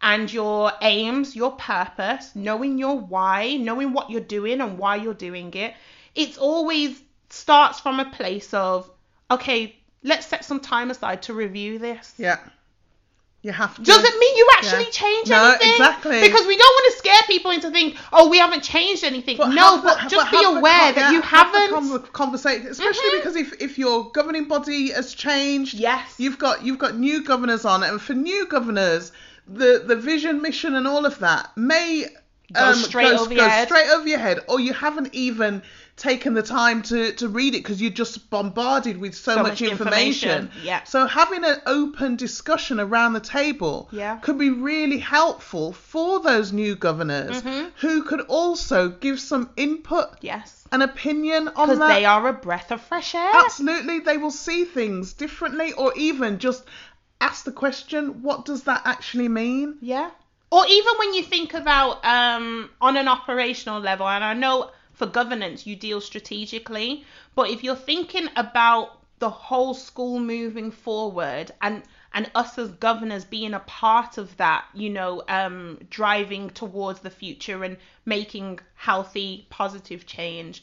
Speaker 1: and your aims, your purpose, knowing your why, knowing what you're doing and why you're doing it, it's always starts from a place of, okay, Let's set some time aside to review this.
Speaker 2: Yeah. You have to.
Speaker 1: Doesn't mean you actually
Speaker 2: Yeah.
Speaker 1: change
Speaker 2: No,
Speaker 1: anything.
Speaker 2: exactly.
Speaker 1: Because we don't want to scare people into think, oh, we haven't changed anything.
Speaker 2: But
Speaker 1: no,
Speaker 2: have the-
Speaker 1: but just
Speaker 2: have
Speaker 1: be
Speaker 2: the
Speaker 1: aware
Speaker 2: con-
Speaker 1: that
Speaker 2: yeah,
Speaker 1: you
Speaker 2: have
Speaker 1: haven't.
Speaker 2: The conversation, especially
Speaker 1: Mhm.
Speaker 2: because if, if your governing body has changed,
Speaker 1: yes.
Speaker 2: you've got you've got new governors on, and for new governors, the the vision, mission, and all of that may um,
Speaker 1: Go straight
Speaker 2: go,
Speaker 1: over
Speaker 2: go
Speaker 1: your head.
Speaker 2: straight over your head, or you haven't even taken the time to to read it because you're just bombarded with so,
Speaker 1: So
Speaker 2: much,
Speaker 1: much
Speaker 2: information.
Speaker 1: information, yeah.
Speaker 2: So having an open discussion around the table
Speaker 1: Yeah.
Speaker 2: could be really helpful for those new governors
Speaker 1: Mhm.
Speaker 2: who could also give some input
Speaker 1: yes.
Speaker 2: an opinion on
Speaker 1: Because
Speaker 2: that.
Speaker 1: they are a breath of fresh air.
Speaker 2: Oh, Absolutely, they will see things differently, or even just ask the question, "What does that actually mean?"
Speaker 1: Yeah. Or even when you think about um, on an operational level, and I know for governance you deal strategically, but if you're thinking about the whole school moving forward and and us as governors being a part of that, you know, um, driving towards the future and making healthy, positive change,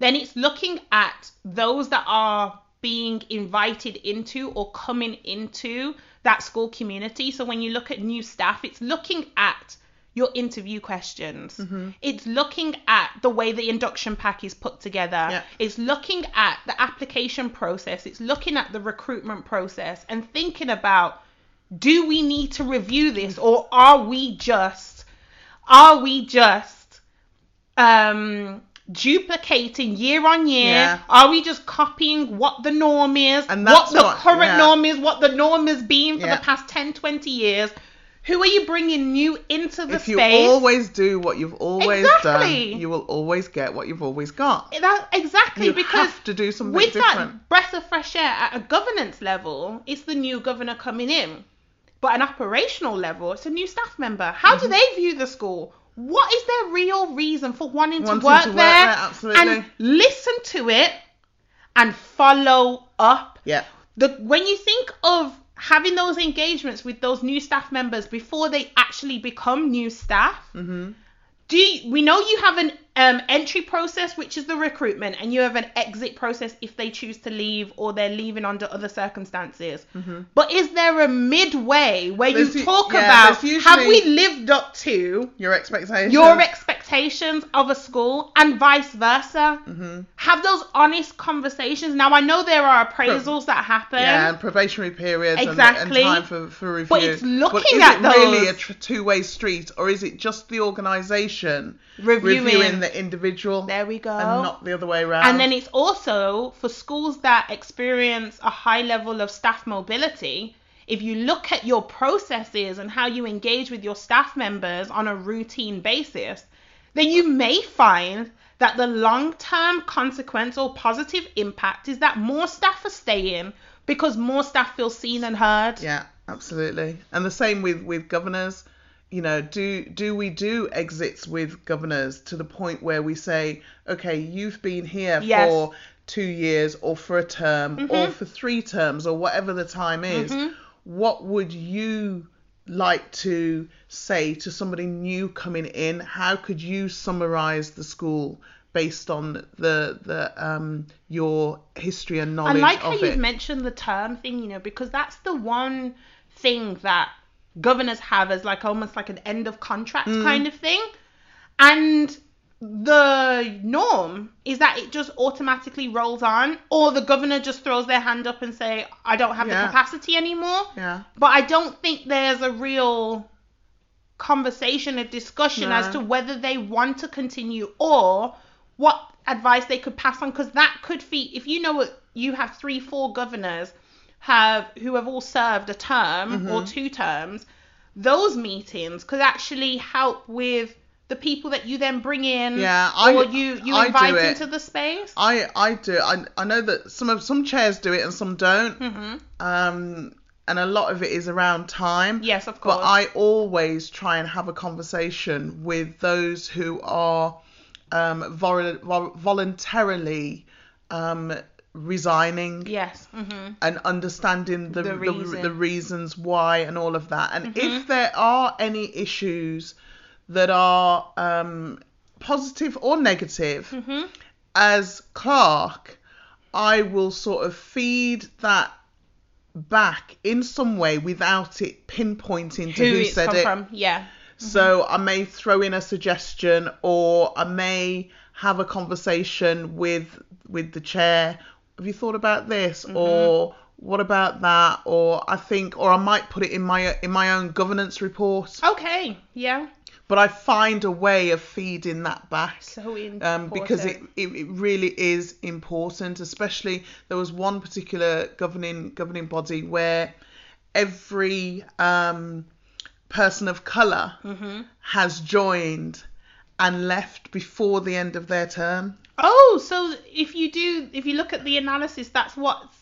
Speaker 1: then it's looking at those that are being invited into or coming into that school community. So when you look at new staff, it's looking at your interview questions. It's looking at the way the induction pack is put together.
Speaker 2: Yeah.
Speaker 1: It's looking at the application process. It's looking at the recruitment process and thinking about do we need to review this or are we just are we just um duplicating year on year
Speaker 2: Yeah.
Speaker 1: are we just copying what the norm is
Speaker 2: And
Speaker 1: what
Speaker 2: that's
Speaker 1: the
Speaker 2: what-
Speaker 1: current
Speaker 2: yeah.
Speaker 1: norm is what the norm has been for
Speaker 2: Yeah.
Speaker 1: the past 10 20 years who are you bringing new into the
Speaker 2: if you
Speaker 1: space
Speaker 2: always do what you've always
Speaker 1: Exactly.
Speaker 2: done, you will always get what you've always got.
Speaker 1: that, exactly
Speaker 2: You
Speaker 1: because
Speaker 2: have to do something
Speaker 1: with
Speaker 2: different.
Speaker 1: that breath of fresh air at a governance level, it's the new governor coming in. But an operational level, it's a new staff member. How
Speaker 2: Mm-hmm.
Speaker 1: do they view the school? What is their real reason for wanting,
Speaker 2: Wanting
Speaker 1: to, work
Speaker 2: to work
Speaker 1: there?
Speaker 2: there, absolutely.
Speaker 1: And listen to it and follow up.
Speaker 2: Yeah.
Speaker 1: The when you think of having those engagements with those new staff members before they actually become new staff,
Speaker 2: Mhm.
Speaker 1: do you, we know you have an um, entry process which is the recruitment and you have an exit process if they choose to leave or they're leaving under other circumstances but is there a midway where
Speaker 2: There's
Speaker 1: you
Speaker 2: u-
Speaker 1: talk
Speaker 2: Mm-hmm. yeah,
Speaker 1: about
Speaker 2: there's
Speaker 1: have we
Speaker 2: usually-
Speaker 1: lived up to
Speaker 2: Your expectations.
Speaker 1: your expectations of a school and vice versa
Speaker 2: Mhm.
Speaker 1: have those honest conversations now i know there are appraisals that happen
Speaker 2: Yeah, and probationary periods and-
Speaker 1: Exactly.
Speaker 2: and, time for, for review.
Speaker 1: it's looking
Speaker 2: is
Speaker 1: at
Speaker 2: it really
Speaker 1: those-
Speaker 2: a tr- two-way street, or is it just the organisation
Speaker 1: Reviewing.
Speaker 2: the individual
Speaker 1: there we go
Speaker 2: and not the other way around?
Speaker 1: And then it's also for schools that experience a high level of staff mobility. If you look at your processes and how you engage with your staff members on a routine basis, then you may find that the long term consequence or positive impact is that more staff are staying because more staff feel seen and heard.
Speaker 2: Yeah, absolutely. And the same with with governors. You know, do do we do exits with governors to the point where we say, okay, you've been here
Speaker 1: Yes. Mm-hmm.
Speaker 2: for two years or for a term or for three terms or whatever the time is. What would you like to say to somebody new coming in? How could you summarize the school based on the the um your history and
Speaker 1: I
Speaker 2: knowledge
Speaker 1: like how
Speaker 2: of
Speaker 1: you've
Speaker 2: it?
Speaker 1: mentioned the term thing, you know, because that's the one thing that governors have as like almost like an end of contract
Speaker 2: Mm.
Speaker 1: kind of thing. And the norm is that it just automatically rolls on, or the governor just throws their hand up and say, I don't have the
Speaker 2: Yeah.
Speaker 1: capacity anymore.
Speaker 2: yeah.
Speaker 1: But I don't think there's a real conversation, a discussion
Speaker 2: No.
Speaker 1: as to whether they want to continue or what advice they could pass on, because that could feed. If you know what you have three, four governors have who have all served a term
Speaker 2: Mm-hmm.
Speaker 1: or two terms, those meetings could actually help with the people that you then bring in
Speaker 2: Yeah, I-
Speaker 1: or you you
Speaker 2: I do
Speaker 1: invite
Speaker 2: it.
Speaker 1: into the space.
Speaker 2: I I do. I I know that some of some chairs do it and some don't.
Speaker 1: hmm
Speaker 2: Um, and a lot of it is around time.
Speaker 1: Yes, of course.
Speaker 2: But I always try and have a conversation with those who are um vol- vol- voluntarily um resigning
Speaker 1: yes. hmm
Speaker 2: and understanding the
Speaker 1: The
Speaker 2: the,
Speaker 1: reason. Mm-hmm.
Speaker 2: the reasons why and all of that. And if there are any issues that are um, positive or negative,
Speaker 1: Mm-hmm.
Speaker 2: as Clark, I will sort of feed that back in some way without it pinpointing to who,
Speaker 1: it's
Speaker 2: said
Speaker 1: come
Speaker 2: it.
Speaker 1: from. Yeah.
Speaker 2: So I may throw in a suggestion or I may have a conversation with with the chair. Have you thought about this or what about that or I think or I might put it in my in my own governance report.
Speaker 1: Okay. Yeah.
Speaker 2: But I find a way of feeding that back
Speaker 1: So important.
Speaker 2: um, because it, it, it really is important. Especially there was one particular governing governing body where every um, person of color
Speaker 1: Mm-hmm.
Speaker 2: has joined and left before the end of their term.
Speaker 1: Oh, so if you do, if you look at the analysis, that's what's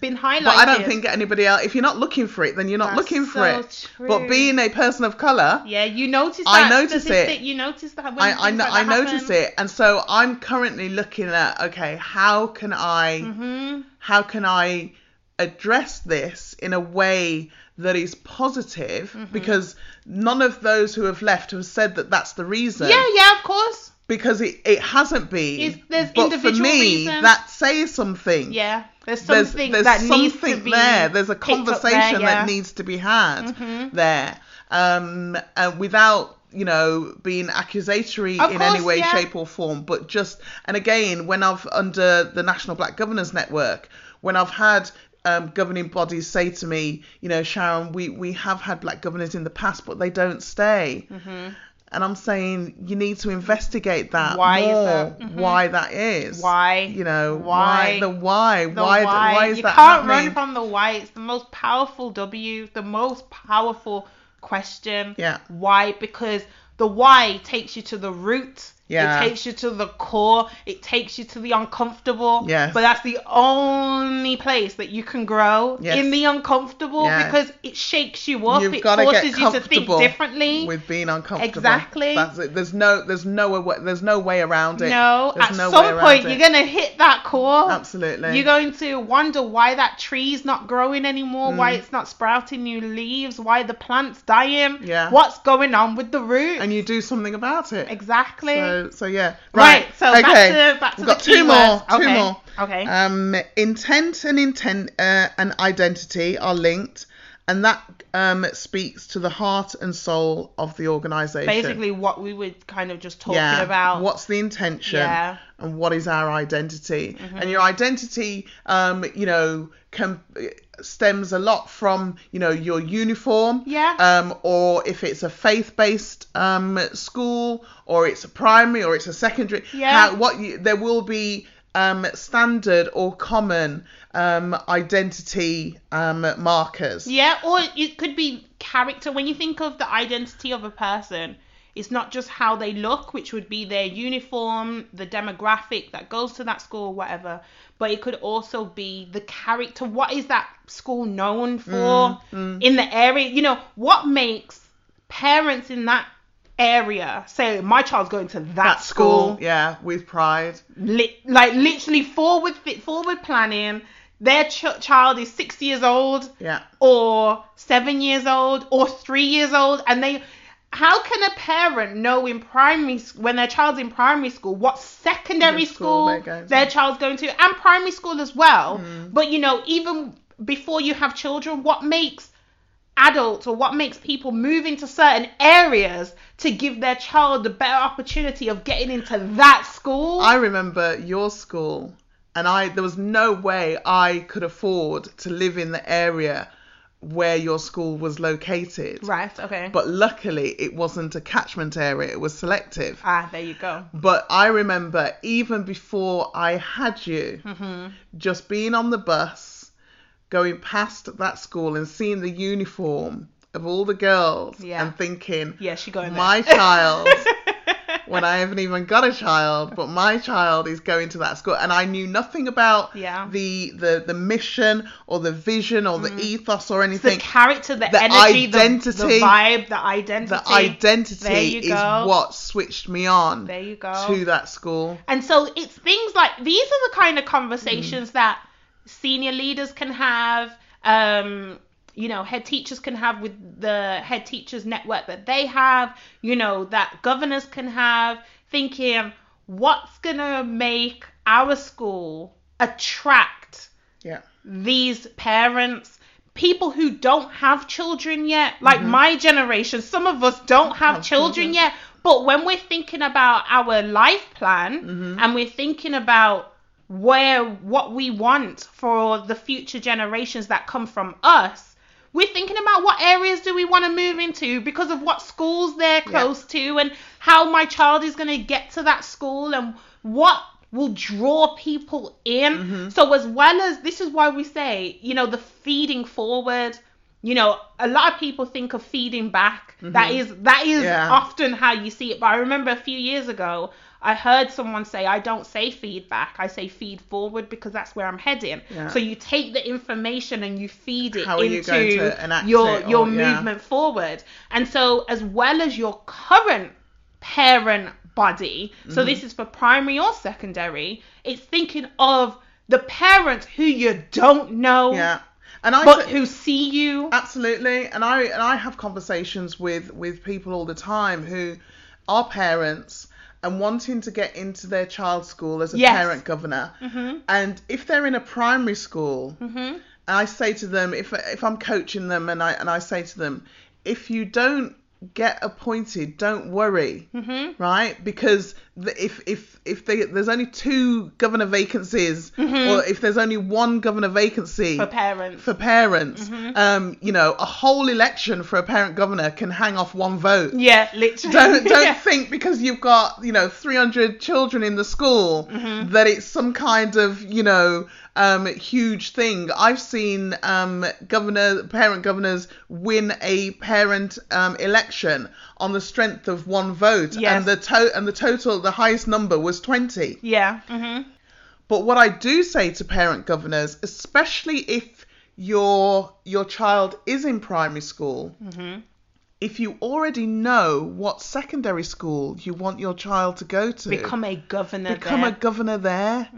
Speaker 1: been highlighted.
Speaker 2: But I don't think anybody else. If you're not looking for it, then you're not
Speaker 1: That's
Speaker 2: looking for
Speaker 1: so
Speaker 2: it.
Speaker 1: true.
Speaker 2: But being a person of color,
Speaker 1: Yeah, you notice. That
Speaker 2: I notice it.
Speaker 1: statistic, You notice that. When
Speaker 2: I I,
Speaker 1: things
Speaker 2: no-
Speaker 1: like
Speaker 2: I
Speaker 1: that
Speaker 2: notice
Speaker 1: happen.
Speaker 2: it, and so I'm currently looking at okay, how can I
Speaker 1: Mhm.
Speaker 2: how can I address this in a way that is positive
Speaker 1: Mm-hmm.
Speaker 2: because none of those who have left have said that that's the reason
Speaker 1: Yeah, yeah, of course.
Speaker 2: because it, it hasn't been
Speaker 1: It's- there's
Speaker 2: but
Speaker 1: individual
Speaker 2: for me
Speaker 1: reasons.
Speaker 2: that says something
Speaker 1: Yeah, there's something
Speaker 2: there's, there's
Speaker 1: that
Speaker 2: something
Speaker 1: needs to be
Speaker 2: there there's a
Speaker 1: picked up there,
Speaker 2: conversation
Speaker 1: yeah. Mm-hmm.
Speaker 2: that needs to be had there um and without you know being accusatory
Speaker 1: Of
Speaker 2: in
Speaker 1: course,
Speaker 2: any way
Speaker 1: yeah.
Speaker 2: shape or form but just and again when i've under the national black governors network when i've had um, governing bodies say to me, you know, Sharon, we, we have had black governors in the past, but they don't stay.
Speaker 1: Mm-hmm.
Speaker 2: And I'm saying you need to investigate that
Speaker 1: Why is
Speaker 2: more.
Speaker 1: that? Mm-hmm.
Speaker 2: Why that is?
Speaker 1: Why?
Speaker 2: You know
Speaker 1: Why?
Speaker 2: why, the why
Speaker 1: The
Speaker 2: why,
Speaker 1: why.
Speaker 2: why is
Speaker 1: you
Speaker 2: that
Speaker 1: can't
Speaker 2: happening?
Speaker 1: run from the why. It's the most powerful W, the most powerful question.
Speaker 2: Yeah.
Speaker 1: Why? Because the why takes you to the root.
Speaker 2: Yeah.
Speaker 1: It takes you to the core. It takes you to the uncomfortable.
Speaker 2: Yes.
Speaker 1: But that's the only place that you can grow
Speaker 2: Yes.
Speaker 1: in the uncomfortable
Speaker 2: Yes.
Speaker 1: because it shakes you up.
Speaker 2: You've
Speaker 1: it
Speaker 2: got to
Speaker 1: forces
Speaker 2: get
Speaker 1: you to think
Speaker 2: comfortable
Speaker 1: differently.
Speaker 2: with being uncomfortable.
Speaker 1: Exactly.
Speaker 2: That's it. There's no there's no way, there's no way around it.
Speaker 1: No,
Speaker 2: There's
Speaker 1: at
Speaker 2: no way
Speaker 1: some
Speaker 2: around
Speaker 1: point
Speaker 2: it.
Speaker 1: you're gonna hit that core.
Speaker 2: Absolutely.
Speaker 1: You're going to wonder why that tree's not growing anymore, why
Speaker 2: Mm.
Speaker 1: it's not sprouting new leaves, why the plant's dying.
Speaker 2: Yeah.
Speaker 1: What's going on with the root?
Speaker 2: and you do something about it.
Speaker 1: exactly.
Speaker 2: So so yeah.
Speaker 1: right. So
Speaker 2: okay.
Speaker 1: back to back to
Speaker 2: We've got
Speaker 1: the
Speaker 2: two more.
Speaker 1: keywords.
Speaker 2: Two
Speaker 1: okay.
Speaker 2: more.
Speaker 1: Okay.
Speaker 2: Um, intent and intent uh, and identity are linked, and that um, speaks to the heart and soul of the organisation.
Speaker 1: Basically, what we were kind of just talking
Speaker 2: yeah.
Speaker 1: about.
Speaker 2: what's the intention
Speaker 1: Yeah. Mm-hmm.
Speaker 2: and what is our identity and your identity um you know can stems a lot from you know your uniform
Speaker 1: Yeah.
Speaker 2: um or if it's a faith-based um school or it's a primary or it's a secondary
Speaker 1: Yeah.
Speaker 2: how, what you, there will be um, standard or common um, identity um, markers.
Speaker 1: Yeah, or it could be character. When you think of the identity of a person, it's not just how they look, which would be their uniform, the demographic that goes to that school, whatever, but it could also be the character. What is that school
Speaker 2: Mm,
Speaker 1: known for in the area? You know, what makes parents in that area say, my child's going to that,
Speaker 2: At
Speaker 1: school
Speaker 2: school, yeah, with pride.
Speaker 1: li- like literally forward fit forward planning their ch- child is six years old
Speaker 2: Yeah.
Speaker 1: or seven years old or three years old and they how can a parent know in primary s- when their child's in primary school what secondary
Speaker 2: Which
Speaker 1: school,
Speaker 2: school they're going to. Mm.
Speaker 1: their child's going to and primary school as well but you know even before you have children what makes adults or what makes people move into certain areas to give their child the better opportunity of getting into that school
Speaker 2: I remember your school, and I there was no way I could afford to live in the area where your school was located.
Speaker 1: Right, okay.
Speaker 2: But luckily, it wasn't a catchment area; it was selective.
Speaker 1: ah, there you go.
Speaker 2: But I remember even before I had you,
Speaker 1: Mm-hmm.
Speaker 2: just being on the bus, going past that school and seeing the uniform of all the girls,
Speaker 1: Yeah.
Speaker 2: and thinking,
Speaker 1: Yeah, she going there.
Speaker 2: my
Speaker 1: <laughs>
Speaker 2: child when I haven't even got a child, but my child is going to that school and I knew nothing about
Speaker 1: Yeah. Mm.
Speaker 2: the, the the mission or the vision or the ethos or
Speaker 1: the
Speaker 2: anything.
Speaker 1: character, the,
Speaker 2: the
Speaker 1: energy, the- the,
Speaker 2: identity-
Speaker 1: vibe, the identity.
Speaker 2: The identity
Speaker 1: There you
Speaker 2: is
Speaker 1: go.
Speaker 2: what switched me on
Speaker 1: There you go.
Speaker 2: to that school.
Speaker 1: And so it's things like these are the kind of
Speaker 2: Mm.
Speaker 1: conversations that senior leaders can have, um, you know, head teachers can have with the head teachers network that they have, you know, that governors can have, thinking what's going to make our school attract
Speaker 2: Yeah.
Speaker 1: these parents, people who don't have children yet, like my generation, some of us Mm-hmm. don't have,
Speaker 2: Have
Speaker 1: children,
Speaker 2: children.
Speaker 1: yet. But when we're thinking about our life plan and we're thinking about where what we want for the future generations that come from us, we're thinking about what areas do we want to move into because of what schools they're close to and how my child is going to get to that school and what will draw people in. So as well as this is why we say, you know, the feeding forward, you know, a lot of people think of feeding back. That is that is
Speaker 2: Yeah.
Speaker 1: often how you see it. But I remember a few years ago, I heard someone say, I don't say feedback, I say feed forward because that's where I'm heading.
Speaker 2: Yeah.
Speaker 1: So you take the information and you feed it
Speaker 2: How are
Speaker 1: into
Speaker 2: you going to enact
Speaker 1: your
Speaker 2: it or-
Speaker 1: your
Speaker 2: yeah.
Speaker 1: movement forward. And so as well as your current parent body,
Speaker 2: Mm-hmm.
Speaker 1: so this is for primary or secondary, it's thinking of the parents who you don't know
Speaker 2: Yeah. Uh, And I
Speaker 1: but
Speaker 2: fe-
Speaker 1: who see you.
Speaker 2: Absolutely, and I and I have conversations with with people all the time who are parents and wanting to get into their child's school as a
Speaker 1: Yes.
Speaker 2: parent governor. And if they're in a primary school,
Speaker 1: Mhm.
Speaker 2: and I say to them, if if I'm coaching them, and I and I say to them, if you don't get appointed, don't worry,
Speaker 1: Mhm.
Speaker 2: right? Because the, if if if they, there's only two governor vacancies, or if there's only one governor vacancy
Speaker 1: For parents.
Speaker 2: for parents,
Speaker 1: Mm-hmm.
Speaker 2: um, you know, a whole election for a parent governor can hang off one vote.
Speaker 1: yeah, literally.
Speaker 2: <laughs> Don't don't
Speaker 1: <laughs> Yeah.
Speaker 2: think because you've got you know 300 children in the school
Speaker 1: Mm-hmm.
Speaker 2: that it's some kind of you know um, huge thing. I've seen um, governor parent governors win a parent um, election on the strength of one vote,
Speaker 1: Yes.
Speaker 2: and the to- and the total the highest number was 20.
Speaker 1: Yeah. Mhm.
Speaker 2: But what I do say to parent governors, especially if your your child is in primary school,
Speaker 1: Mhm.
Speaker 2: if you already know what secondary school you want your child to go to,
Speaker 1: Become a governor. Mm-hmm.
Speaker 2: become
Speaker 1: there.
Speaker 2: a governor there,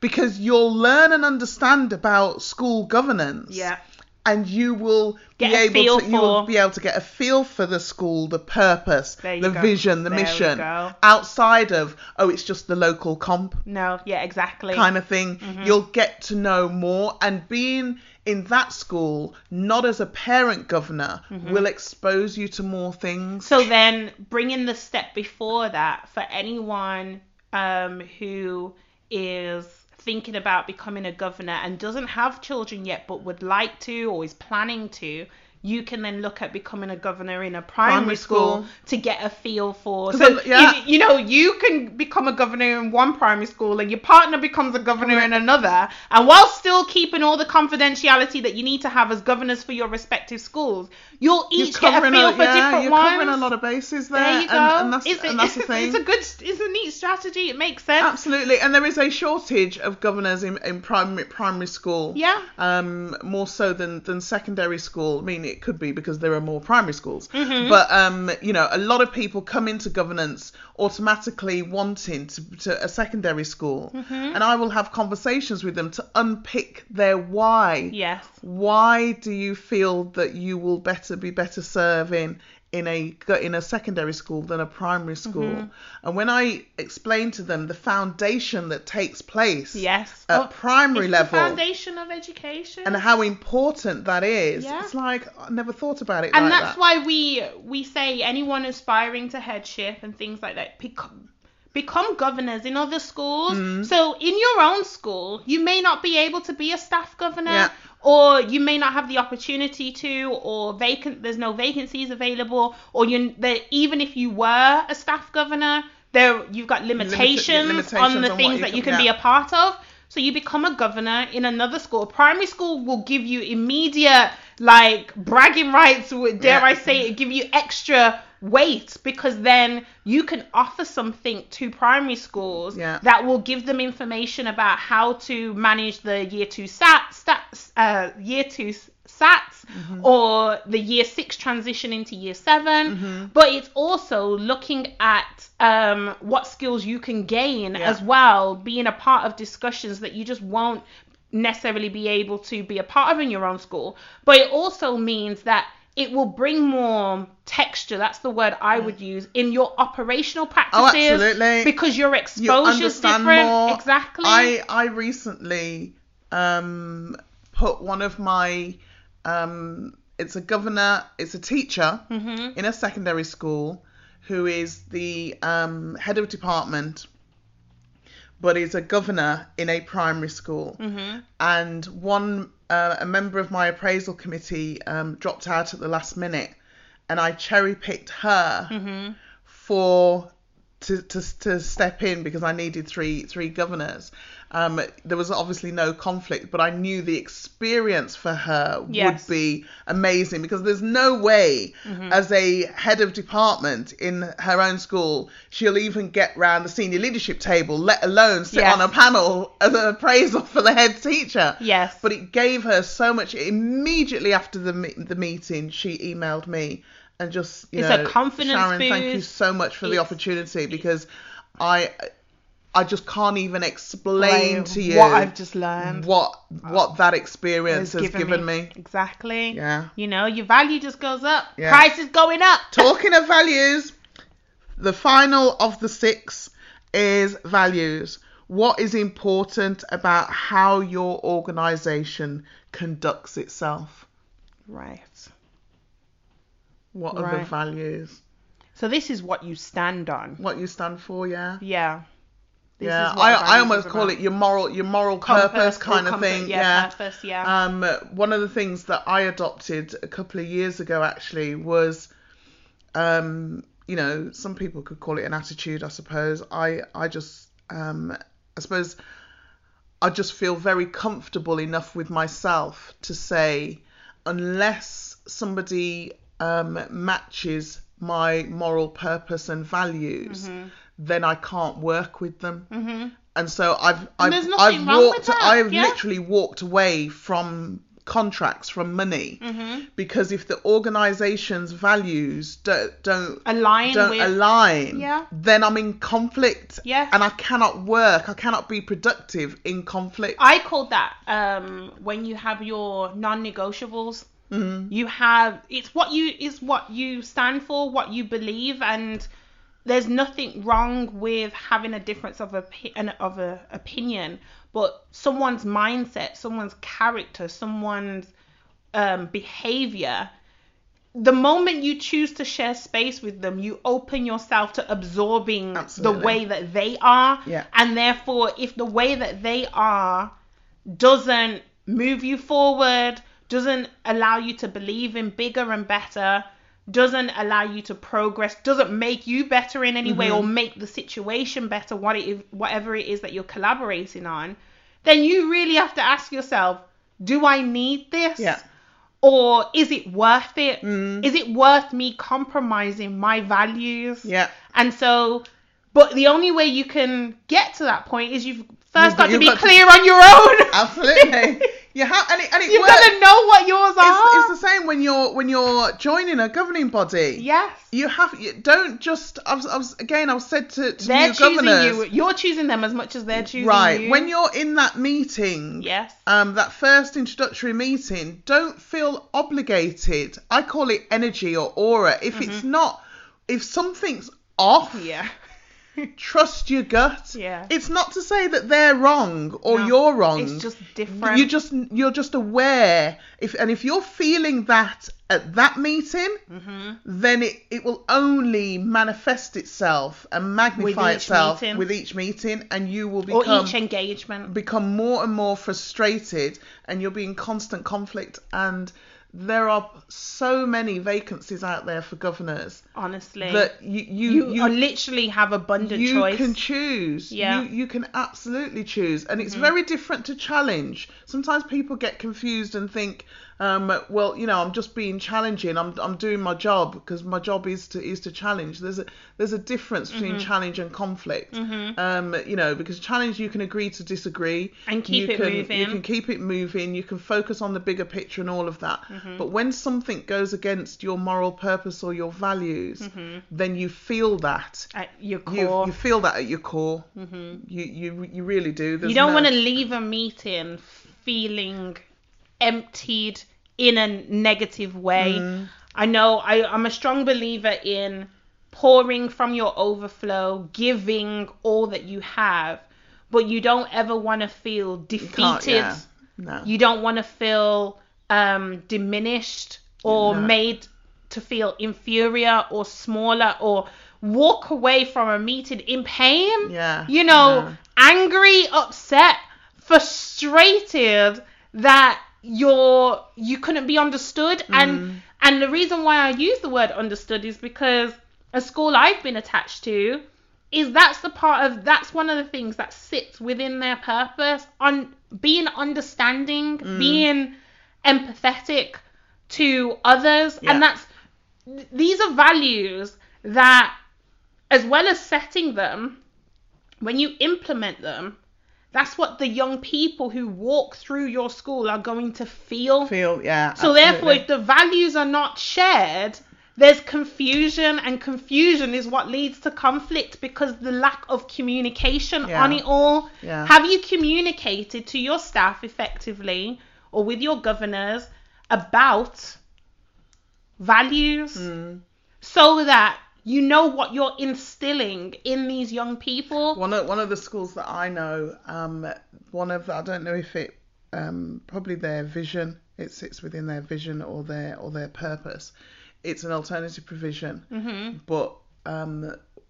Speaker 2: because you'll learn and understand about school governance.
Speaker 1: Yeah.
Speaker 2: And you will
Speaker 1: Get
Speaker 2: be
Speaker 1: a
Speaker 2: able
Speaker 1: feel
Speaker 2: to you will
Speaker 1: for-
Speaker 2: be able to get a feel for the school, the purpose,
Speaker 1: There you
Speaker 2: the
Speaker 1: go.
Speaker 2: vision, the
Speaker 1: There we
Speaker 2: mission,
Speaker 1: go.
Speaker 2: outside of oh, it's just the local comp
Speaker 1: No, yeah, exactly.
Speaker 2: kind of thing.
Speaker 1: Mm-hmm.
Speaker 2: You'll get to know more, and being in that school, not as a parent governor,
Speaker 1: Mm-hmm.
Speaker 2: will expose you to more things.
Speaker 1: So then, bringing the step before that for anyone um, who is thinking about becoming a governor and doesn't have children yet but would like to or is planning to, you can then look at becoming a governor in a primary,
Speaker 2: Primary
Speaker 1: school,
Speaker 2: school.
Speaker 1: to get a feel for. So,
Speaker 2: Because I- yeah.
Speaker 1: you, you know, you can become a governor in one primary school and your partner becomes a governor in another. And while still keeping all the confidentiality that you need to have as governors for your respective schools, you'll
Speaker 2: You're
Speaker 1: each get a
Speaker 2: covering
Speaker 1: feel
Speaker 2: a,
Speaker 1: for
Speaker 2: yeah,
Speaker 1: different
Speaker 2: you're
Speaker 1: ones.
Speaker 2: covering a lot of bases there,
Speaker 1: There you
Speaker 2: and,
Speaker 1: go.
Speaker 2: and that's,
Speaker 1: it's,
Speaker 2: and
Speaker 1: a, <laughs>
Speaker 2: that's the
Speaker 1: it's a-
Speaker 2: thing.
Speaker 1: It's a good, it's a neat strategy. It makes sense.
Speaker 2: Absolutely, and there is a shortage of governors in, in primary primary school.
Speaker 1: Yeah.
Speaker 2: Um, more so than than secondary school. I mean, it could be because there are more primary schools.
Speaker 1: Mm-hmm.
Speaker 2: But um, you know, a lot of people come into governance automatically wanting to, to a secondary school,
Speaker 1: Mm-hmm.
Speaker 2: and I will have conversations with them to unpick their why.
Speaker 1: Yes.
Speaker 2: Why do you feel that you will better be better serving in a in a secondary school than a primary
Speaker 1: Mm-hmm.
Speaker 2: school? And when I explain to them the foundation that takes place
Speaker 1: Yes.
Speaker 2: at
Speaker 1: Well,
Speaker 2: primary
Speaker 1: it's
Speaker 2: level
Speaker 1: The foundation of education.
Speaker 2: and how important that is,
Speaker 1: Yeah.
Speaker 2: it's like I never thought about it
Speaker 1: and
Speaker 2: like
Speaker 1: that's
Speaker 2: that.
Speaker 1: why we we say anyone aspiring to headship and things like that become become governors in other schools
Speaker 2: Mm-hmm.
Speaker 1: so in your own school you may not be able to be a staff governor
Speaker 2: Yeah.
Speaker 1: or you may not have the opportunity to or vacant there's no vacancies available or you that even if you were a staff governor there you've got limitations,
Speaker 2: limitations
Speaker 1: on
Speaker 2: on
Speaker 1: the
Speaker 2: what
Speaker 1: things
Speaker 2: you
Speaker 1: that
Speaker 2: can-
Speaker 1: you can
Speaker 2: yeah.
Speaker 1: be a part of so you become a governor in another school. Primary school will give you immediate, like, bragging rights, w- dare
Speaker 2: Yeah.
Speaker 1: I say it, give you extra weight because then you can offer something to primary schools
Speaker 2: Yeah.
Speaker 1: that will give them information about how to manage the year two sat, stats, uh, year two s- sats
Speaker 2: Mm-hmm.
Speaker 1: or the year six transition into year 7
Speaker 2: Mm-hmm.
Speaker 1: but it's also looking at um, what skills you can gain
Speaker 2: Yeah.
Speaker 1: as well being a part of discussions that you just won't necessarily be able to be a part of in your own school but it also means that it will bring more texture that's the word i would use in your operational practices
Speaker 2: Mm. Oh, absolutely.
Speaker 1: because your
Speaker 2: you
Speaker 1: exposure's
Speaker 2: understand
Speaker 1: different
Speaker 2: more.
Speaker 1: exactly
Speaker 2: I I recently um put one of my um, it's a governor, it's a teacher
Speaker 1: Mm-hmm.
Speaker 2: in a secondary school who is the um, head of department, but is a governor in a primary school.
Speaker 1: Mm-hmm.
Speaker 2: And one, uh, a member of my appraisal committee um, dropped out at the last minute, and I cherry picked her
Speaker 1: Mm-hmm.
Speaker 2: for to, to, to step in because I needed three three governors. Um, there was obviously no conflict, but I knew the experience for her
Speaker 1: Yes. Mm-hmm.
Speaker 2: would be amazing because there's no way, as a head of department in her own school, she'll even get round the senior leadership table, let alone sit
Speaker 1: Yes.
Speaker 2: on a panel as an appraisal for the head teacher.
Speaker 1: Yes.
Speaker 2: But it gave her so much. Immediately after the me- the meeting, she emailed me and just you
Speaker 1: It's a
Speaker 2: know,
Speaker 1: confidence
Speaker 2: Sharon, thank you
Speaker 1: boost.
Speaker 2: so much for the
Speaker 1: It's-
Speaker 2: opportunity because I I just can't even explain
Speaker 1: Like,
Speaker 2: to you
Speaker 1: what I've just learned.
Speaker 2: what what that experience has
Speaker 1: has
Speaker 2: given, me.
Speaker 1: Exactly.
Speaker 2: Yeah.
Speaker 1: You know, your value just goes up.
Speaker 2: Yeah.
Speaker 1: Price is going up.
Speaker 2: Talking of values, the final of the six is values. What is important about how your organization conducts itself?
Speaker 1: Right.
Speaker 2: What are the
Speaker 1: Right.
Speaker 2: values?
Speaker 1: So this is what you stand on.
Speaker 2: What you stand for, yeah.
Speaker 1: Yeah. This
Speaker 2: yeah,
Speaker 1: is what
Speaker 2: I,
Speaker 1: values
Speaker 2: I
Speaker 1: is
Speaker 2: almost call
Speaker 1: about.
Speaker 2: it your moral your moral
Speaker 1: Compass
Speaker 2: purpose,
Speaker 1: or
Speaker 2: kind of
Speaker 1: comfort.
Speaker 2: thing.
Speaker 1: Yeah.
Speaker 2: yeah.
Speaker 1: Purpose. Yeah.
Speaker 2: Um, one of the things that I adopted a couple of years ago actually was, um, you know, some people could call it an attitude, I suppose. I I just um, I suppose I just feel very comfortable enough with myself to say, unless somebody um, matches my moral purpose and values, then I can't work with them
Speaker 1: mm-hmm.
Speaker 2: and so I've I've,
Speaker 1: there's nothing
Speaker 2: I've
Speaker 1: wrong with
Speaker 2: walked
Speaker 1: that,
Speaker 2: I've
Speaker 1: yeah.
Speaker 2: literally walked away from contracts from money
Speaker 1: Mm-hmm.
Speaker 2: because if the organisation's values don't don't
Speaker 1: Align
Speaker 2: don't
Speaker 1: with.
Speaker 2: align,
Speaker 1: Yeah.
Speaker 2: then I'm in conflict
Speaker 1: Yes.
Speaker 2: and I cannot work. I cannot be productive in conflict.
Speaker 1: I called that um, when you have your non-negotiables.
Speaker 2: Mhm.
Speaker 1: You have it's what you it's what you stand for, what you believe, and there's nothing wrong with having a difference of opi- an- of a opinion, but someone's mindset, someone's character, someone's um, behavior. The moment you choose to share space with them, you open yourself to absorbing
Speaker 2: Absolutely.
Speaker 1: the way that they are,
Speaker 2: Yeah.
Speaker 1: and therefore, if the way that they are doesn't move you forward, doesn't allow you to believe in bigger and better, doesn't allow you to progress, doesn't make you better in any way or
Speaker 2: Mm-hmm.
Speaker 1: make the situation better, what it is, whatever it is that you're collaborating on, then you really have to ask yourself, do I need this?
Speaker 2: Yeah.
Speaker 1: Or is it worth it? Is
Speaker 2: Mm.
Speaker 1: it worth me compromising my values?
Speaker 2: yeah,
Speaker 1: And so, but the only way you can get to that point is you've first
Speaker 2: You've got-
Speaker 1: got to
Speaker 2: you've
Speaker 1: be
Speaker 2: got to-
Speaker 1: clear on your own.
Speaker 2: absolutely. you have and it, and
Speaker 1: <laughs>
Speaker 2: it
Speaker 1: You've
Speaker 2: works.
Speaker 1: got to know what yours are.
Speaker 2: It's, it's the same when you're when you're joining a governing body.
Speaker 1: yes.
Speaker 2: You have you don't just. I was, I was again. I was said to, to
Speaker 1: They're
Speaker 2: new
Speaker 1: choosing
Speaker 2: governors.
Speaker 1: you. You're choosing them as much as they're choosing
Speaker 2: Right.
Speaker 1: you.
Speaker 2: When you're in that meeting,
Speaker 1: Yes.
Speaker 2: um, that first introductory meeting, don't feel obligated. I call it energy or aura. If it's not, if something's off,
Speaker 1: Mm-hmm. Yeah.
Speaker 2: trust your gut.
Speaker 1: Yeah.
Speaker 2: It's not to say that they're wrong or
Speaker 1: No,
Speaker 2: you're wrong.
Speaker 1: It's just different.
Speaker 2: You just you're just aware if and if you're feeling that at that meeting,
Speaker 1: Mhm.
Speaker 2: then it, it will only manifest itself and magnify
Speaker 1: each
Speaker 2: itself
Speaker 1: meeting.
Speaker 2: with each meeting, and you will
Speaker 1: Or
Speaker 2: become
Speaker 1: each engagement.
Speaker 2: become more and more frustrated and you'll be in constant conflict and there are so many vacancies out there for governors
Speaker 1: Honestly.
Speaker 2: that you you
Speaker 1: you,
Speaker 2: you,
Speaker 1: are literally have abundant
Speaker 2: you
Speaker 1: choice.
Speaker 2: can choose
Speaker 1: Yeah. Mm.
Speaker 2: you you can absolutely choose and it's very different to challenge sometimes people get confused and think um, well you know I'm just being challenging I'm, I'm doing my job because my job is to is to challenge there's a there's a difference between
Speaker 1: Mm-hmm.
Speaker 2: challenge and conflict
Speaker 1: Mhm.
Speaker 2: um, you know, because challenge you can agree to disagree
Speaker 1: And keep
Speaker 2: you
Speaker 1: it
Speaker 2: can, You
Speaker 1: moving.
Speaker 2: can keep it moving. You can focus on the bigger picture and all of that.
Speaker 1: Mm-hmm.
Speaker 2: But when something goes against your moral purpose or your values,
Speaker 1: Mm-hmm.
Speaker 2: then you feel that.
Speaker 1: At your
Speaker 2: You,
Speaker 1: core.
Speaker 2: you feel that at your core. Mm-hmm. You, you you really do.
Speaker 1: You,
Speaker 2: There's
Speaker 1: don't
Speaker 2: no-
Speaker 1: want to leave a meeting feeling emptied in a negative way.
Speaker 2: Mm.
Speaker 1: I know I, I'm a strong believer in pouring from your overflow, giving all that you have, but you don't ever want to feel
Speaker 2: can't,
Speaker 1: defeated
Speaker 2: yeah. No.
Speaker 1: You don't want to feel um, diminished or
Speaker 2: No.
Speaker 1: made to feel inferior or smaller or walk away from a meeting in pain.
Speaker 2: yeah.
Speaker 1: You know,
Speaker 2: no.
Speaker 1: angry, upset, frustrated that you're you couldn't be understood
Speaker 2: Mm.
Speaker 1: and and the reason why I use the word understood is because a school I've been attached to is that's the part of that's one of the things that sits within their purpose on being understanding,
Speaker 2: Mm.
Speaker 1: being empathetic to others,
Speaker 2: Yeah.
Speaker 1: and that's th- these are values that, as well as setting them, when you implement them, that's what the young people who walk through your school are going to feel.
Speaker 2: feel yeah.
Speaker 1: So therefore, if
Speaker 2: absolutely.
Speaker 1: the values are not shared, there's confusion, and confusion is what leads to conflict because the lack of communication
Speaker 2: Yeah.
Speaker 1: on it all.
Speaker 2: Yeah.
Speaker 1: Have you communicated to your staff effectively or with your governors about values
Speaker 2: Mm.
Speaker 1: so that you know what you're instilling in these young people?
Speaker 2: One of one of the schools that I know, um, one of I don't know if it um, probably their vision. It sits within their vision or their or their purpose. It's an alternative provision,
Speaker 1: Mhm.
Speaker 2: but um,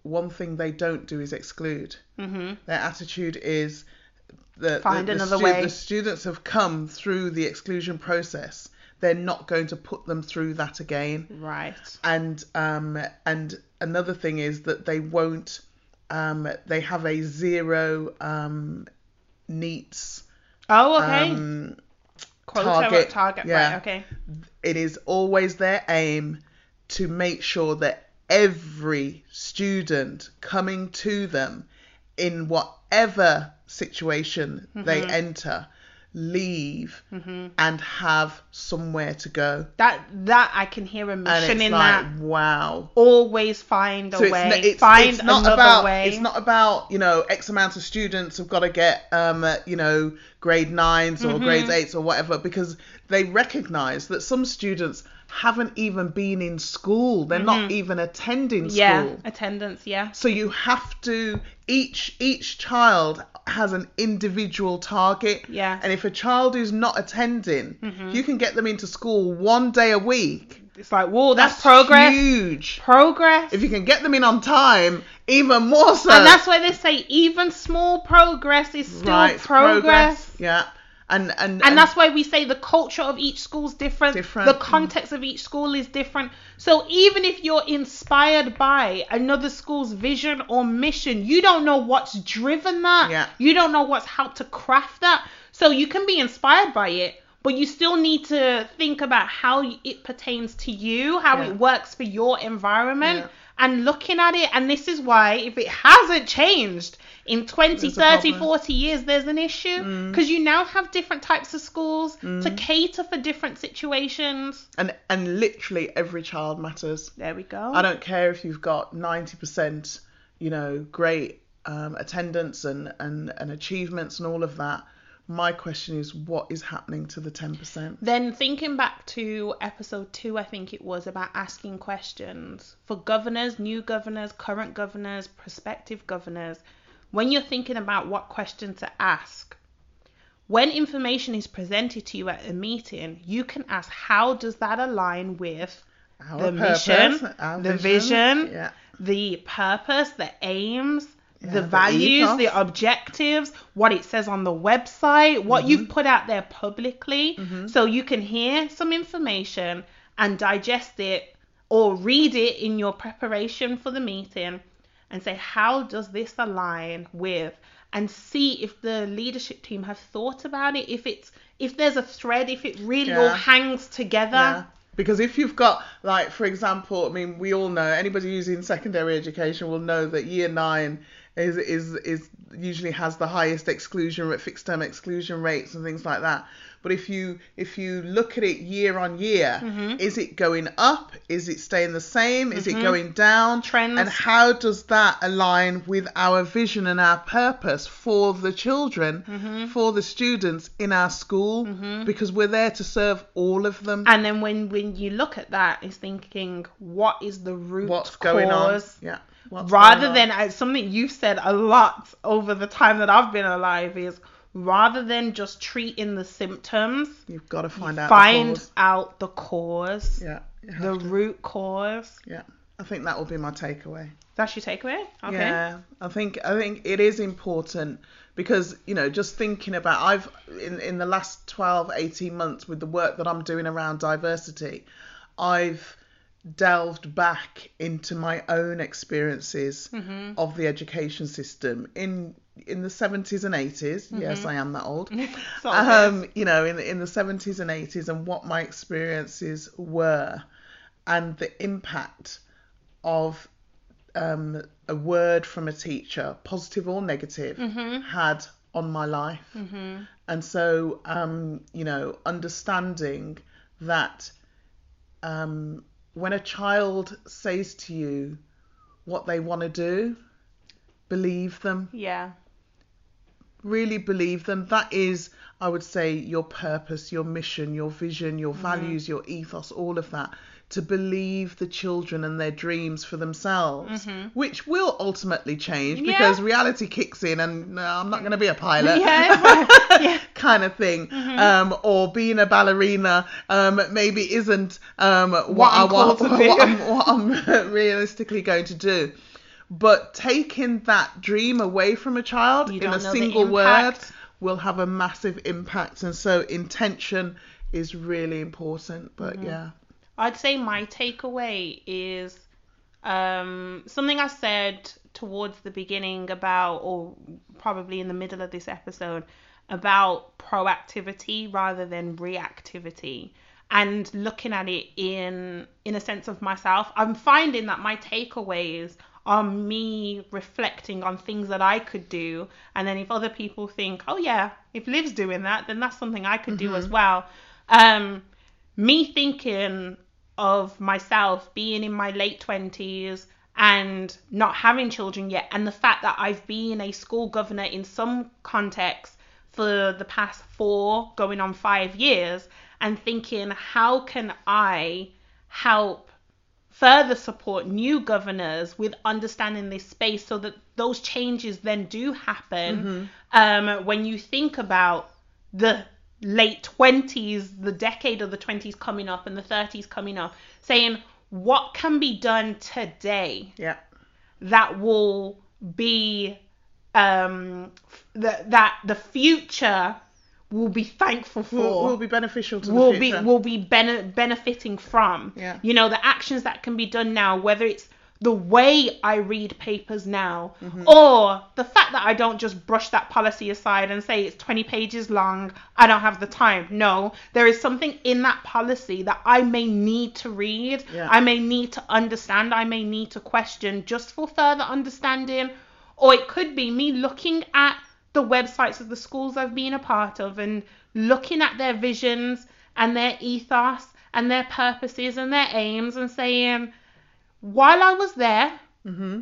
Speaker 2: one thing they don't do is exclude.
Speaker 1: Mhm.
Speaker 2: Their attitude is that
Speaker 1: Find
Speaker 2: the,
Speaker 1: another
Speaker 2: the
Speaker 1: way.
Speaker 2: The students have come through the exclusion process. They're not going to put them through that again
Speaker 1: Right.
Speaker 2: and um and another thing is that they won't um they have a zero um neats
Speaker 1: Oh, okay.
Speaker 2: um
Speaker 1: Quota target.
Speaker 2: target,
Speaker 1: target.
Speaker 2: yeah.
Speaker 1: Right. Okay.
Speaker 2: it is always their aim to make sure that every student coming to them in whatever situation
Speaker 1: Mm-hmm.
Speaker 2: they enter leave and have somewhere to go
Speaker 1: That that I can hear a
Speaker 2: and
Speaker 1: mission
Speaker 2: it's
Speaker 1: in
Speaker 2: like
Speaker 1: that.
Speaker 2: wow
Speaker 1: Always find a
Speaker 2: So it's,
Speaker 1: way.
Speaker 2: n- it's,
Speaker 1: find
Speaker 2: it's not
Speaker 1: another
Speaker 2: about
Speaker 1: way.
Speaker 2: it's not about you know x amount of students have got to get um uh, you know grade nines or
Speaker 1: Mm-hmm.
Speaker 2: grades eights or whatever because they recognise that some students haven't even been in school they're not even attending school
Speaker 1: Mm-hmm. yeah. Attendance. Yeah.
Speaker 2: so you have to each each child has an individual target
Speaker 1: Yeah. Mm-hmm.
Speaker 2: and if a child is not attending you can get them into school one day a week
Speaker 1: It's like whoa, that's, progress.
Speaker 2: huge
Speaker 1: Progress.
Speaker 2: if you can get them in on time, even more so.
Speaker 1: and that's why they say even small progress is still
Speaker 2: Right, it's
Speaker 1: progress.
Speaker 2: Yeah, and and
Speaker 1: and that's why we say the culture of each school's different.
Speaker 2: Different,
Speaker 1: The
Speaker 2: mm.
Speaker 1: context of each school is different. So even if you're inspired by another school's vision or mission, you don't know what's driven that.
Speaker 2: Yeah.
Speaker 1: You don't know what's helped to craft that. So you can be inspired by it, but you still need to think about how it pertains to you, how
Speaker 2: Yeah.
Speaker 1: it works for your environment.
Speaker 2: Yeah.
Speaker 1: And looking at it, and this is why if it hasn't changed in 20,
Speaker 2: There's a
Speaker 1: 30,
Speaker 2: problem.
Speaker 1: 40 years, there's an issue because you now have different types of schools to cater for different situations.
Speaker 2: and and literally every child matters.
Speaker 1: There we go.
Speaker 2: I don't care if you've got ninety percent, you know, great um, attendance and, and and achievements and all of that. My question is, what is happening to the ten percent?
Speaker 1: Then thinking back to episode two, I think it was about asking questions for governors, new governors, current governors, prospective governors. When you're thinking about what question to ask, when information is presented to you at a meeting, you can ask, how does that align with
Speaker 2: Our
Speaker 1: The
Speaker 2: purpose,
Speaker 1: mission,
Speaker 2: our
Speaker 1: the vision,
Speaker 2: Yeah.
Speaker 1: the purpose, the aims,
Speaker 2: the
Speaker 1: the values,
Speaker 2: ethos.
Speaker 1: the objectives, what it says on the website,
Speaker 2: Mm-hmm.
Speaker 1: what you've put out there publicly. So you can hear some information and digest it or read it in your preparation for the meeting and say, how does this align with? And see if the leadership team have thought about it, if it's if there's a thread, if it really all
Speaker 2: Yeah.
Speaker 1: hangs together.
Speaker 2: Yeah. Because if you've got, like, for example, I mean, we all know anybody who's in secondary education will know that year nine is is is usually has the highest exclusion rate, fixed term exclusion rates, and things like that. But if you if you look at it year on year,
Speaker 1: Mm-hmm.
Speaker 2: is it going up? Is it staying the same? Is it going down?
Speaker 1: Trends.
Speaker 2: And how does that align with our vision and our purpose for the children,
Speaker 1: Mm-hmm.
Speaker 2: for the students in our school? Because we're there to serve all of them.
Speaker 1: And then when when you look at that, it's thinking, what is the root
Speaker 2: what's
Speaker 1: cause?
Speaker 2: going on. Yeah. What's
Speaker 1: Rather
Speaker 2: going on.
Speaker 1: than uh, something you've said a lot over the time that I've been alive is rather than just treating the symptoms,
Speaker 2: You've got to find out. the
Speaker 1: find
Speaker 2: cause.
Speaker 1: out the cause,
Speaker 2: Yeah. you have
Speaker 1: the
Speaker 2: to.
Speaker 1: root cause.
Speaker 2: Yeah. I think that will be my takeaway.
Speaker 1: That's your takeaway? Okay.
Speaker 2: Yeah, I think I think it is important because you know just thinking about I've in in the last 12 18 months with the work that I'm doing around diversity, I've delved back into my own experiences
Speaker 1: Mm-hmm.
Speaker 2: of the education system in in the 70s and 80s.
Speaker 1: Mm-hmm.
Speaker 2: Yes, I am that old.
Speaker 1: <laughs> So,
Speaker 2: um, you know, in in the 70s and 80s and what my experiences were and the impact of um, a word from a teacher, positive or negative, had on my life. And so, um, you know, understanding that um, when a child says to you what they want to do, believe them
Speaker 1: yeah.
Speaker 2: really believe them. That is, I would say, your purpose, your mission, your vision,
Speaker 1: Mm-hmm.
Speaker 2: your values, your ethos, all of that. To believe the children and their dreams for themselves, which will ultimately change
Speaker 1: Mm-hmm. Yeah.
Speaker 2: because reality kicks in and no, I'm not going to be a pilot.
Speaker 1: <laughs>
Speaker 2: <laughs>
Speaker 1: Yeah. yeah.
Speaker 2: kind of thing
Speaker 1: Mm-hmm.
Speaker 2: um or being a ballerina um maybe isn't um what, i
Speaker 1: I'm called
Speaker 2: want
Speaker 1: to be.
Speaker 2: <laughs> what I'm, what I'm <laughs> realistically going to do but taking that dream away from a child
Speaker 1: You
Speaker 2: in
Speaker 1: don't
Speaker 2: a
Speaker 1: know the
Speaker 2: single word
Speaker 1: impact.
Speaker 2: will have a massive impact and so intention is really important but
Speaker 1: Mm-hmm.
Speaker 2: yeah
Speaker 1: I'd say my takeaway is um, something I said towards the beginning about, or probably in the middle of this episode, about proactivity rather than reactivity and looking at it in in a sense of myself i'm finding that my takeaways are me reflecting on things that i could do and then if other people think oh yeah if liv's doing that then that's something i could do as well um me thinking of myself being in my late 20s and not having children yet, and the fact that I've been a school governor in some context for the past four, going on five years, and thinking, how can I help further support new governors with understanding this space so that those changes then do happen um, when you think about the late 20s, the decade of the 20s coming up and the 30s coming up, saying what can be done today
Speaker 2: yeah
Speaker 1: that will be um f- that that the future will be thankful for
Speaker 2: will, will be beneficial to
Speaker 1: will
Speaker 2: the
Speaker 1: be
Speaker 2: future
Speaker 1: will be bene- benefiting from.
Speaker 2: Yeah.
Speaker 1: You know, the actions that can be done now, whether it's the way I read papers now,
Speaker 2: Mm-hmm.
Speaker 1: or the fact that I don't just brush that policy aside and say it's 20 pages long, I don't have the time. No, there is something in that policy that I may need to read,
Speaker 2: Yeah.
Speaker 1: I may need to understand, I may need to question just for further understanding, or it could be me looking at the websites of the schools I've been a part of and looking at their visions and their ethos and their purposes and their aims and saying, while I was there,
Speaker 2: hmm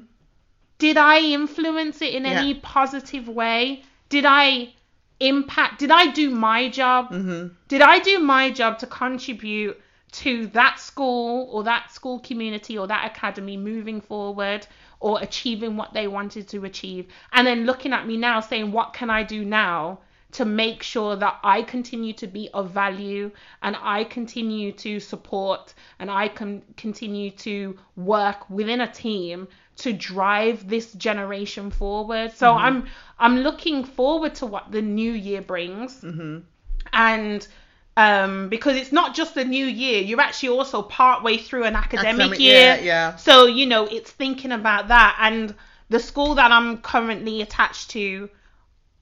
Speaker 1: did I influence it in
Speaker 2: Yeah.
Speaker 1: any positive way? Did I impact? Did I do my job?
Speaker 2: hmm
Speaker 1: Did I do my job to contribute to that school or that school community or that academy moving forward or achieving what they wanted to achieve? And then looking at me now saying, what can I do now to make sure that I continue to be of value and I continue to support and I can continue to work within a team to drive this generation forward. So I'm I'm looking forward to what the new year brings
Speaker 2: hmm
Speaker 1: and um, because it's not just the new year, you're actually also partway through an academic, year.
Speaker 2: yeah yeah
Speaker 1: So, you know, it's thinking about that. And the school that I'm currently attached to,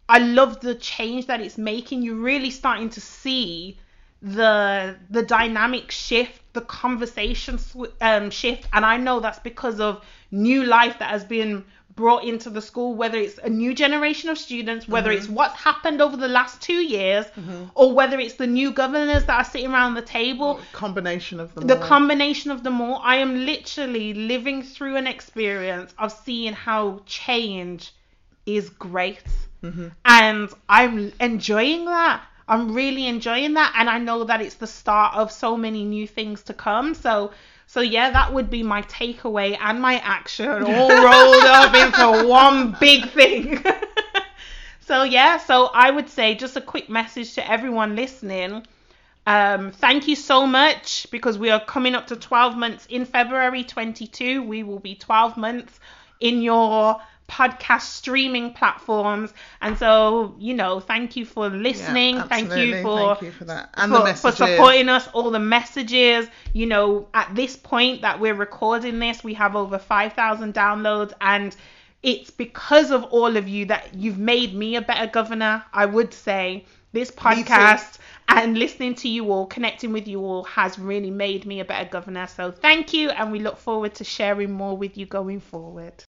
Speaker 1: I love the change that it's making. You're really starting to see the the dynamic shift, the conversation sw- um, shift, and I know that's because of new life that has been brought into the school. Whether it's a new generation of students, whether it's what's happened over the last two years, or whether it's the new governors that are sitting around the table,
Speaker 2: combination of them
Speaker 1: the
Speaker 2: all.
Speaker 1: combination of them all i am literally living through an experience of seeing how change is great and i'm enjoying that i'm really enjoying that and i know that it's the start of so many new things to come so so yeah that would be my takeaway <laughs> and my action all rolled up into one big thing So yeah, so I would say just a quick message to everyone listening. Um, thank you so much because we are coming up to 12 months in February 22. We will be 12 months in your podcast streaming platforms. And so, you know, thank you for listening. thank you
Speaker 2: absolutely.
Speaker 1: for
Speaker 2: Thank you for that. And the
Speaker 1: for, for
Speaker 2: messages.
Speaker 1: supporting us, all the messages. You know, at this point that we're recording this, we have over 5,000 downloads, and it's because of all of you that you've made me a better governor. I would say this podcast and listening to you all, connecting with you all, has really made me a better governor. So thank you, and we look forward to sharing more with you going forward.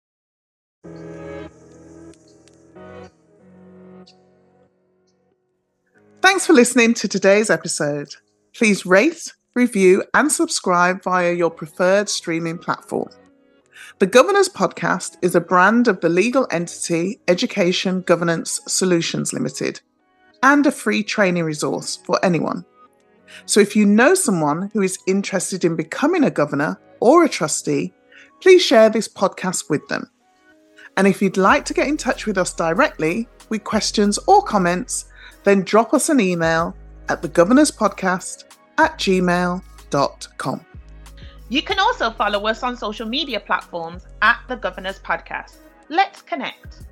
Speaker 2: Thanks for listening to today's episode. Please rate, review, and subscribe via your preferred streaming platform. The Governors Podcast is a brand of the legal entity Education Governance Solutions Limited and a free training resource for anyone. So if you know someone who is interested in becoming a governor or a trustee, please share this podcast with them. And if you'd like to get in touch with us directly with questions or comments, then drop us an email at thegovernorspodcast at gmail.com.
Speaker 1: You can also follow us on social media platforms at the Governors Podcast. Let's connect.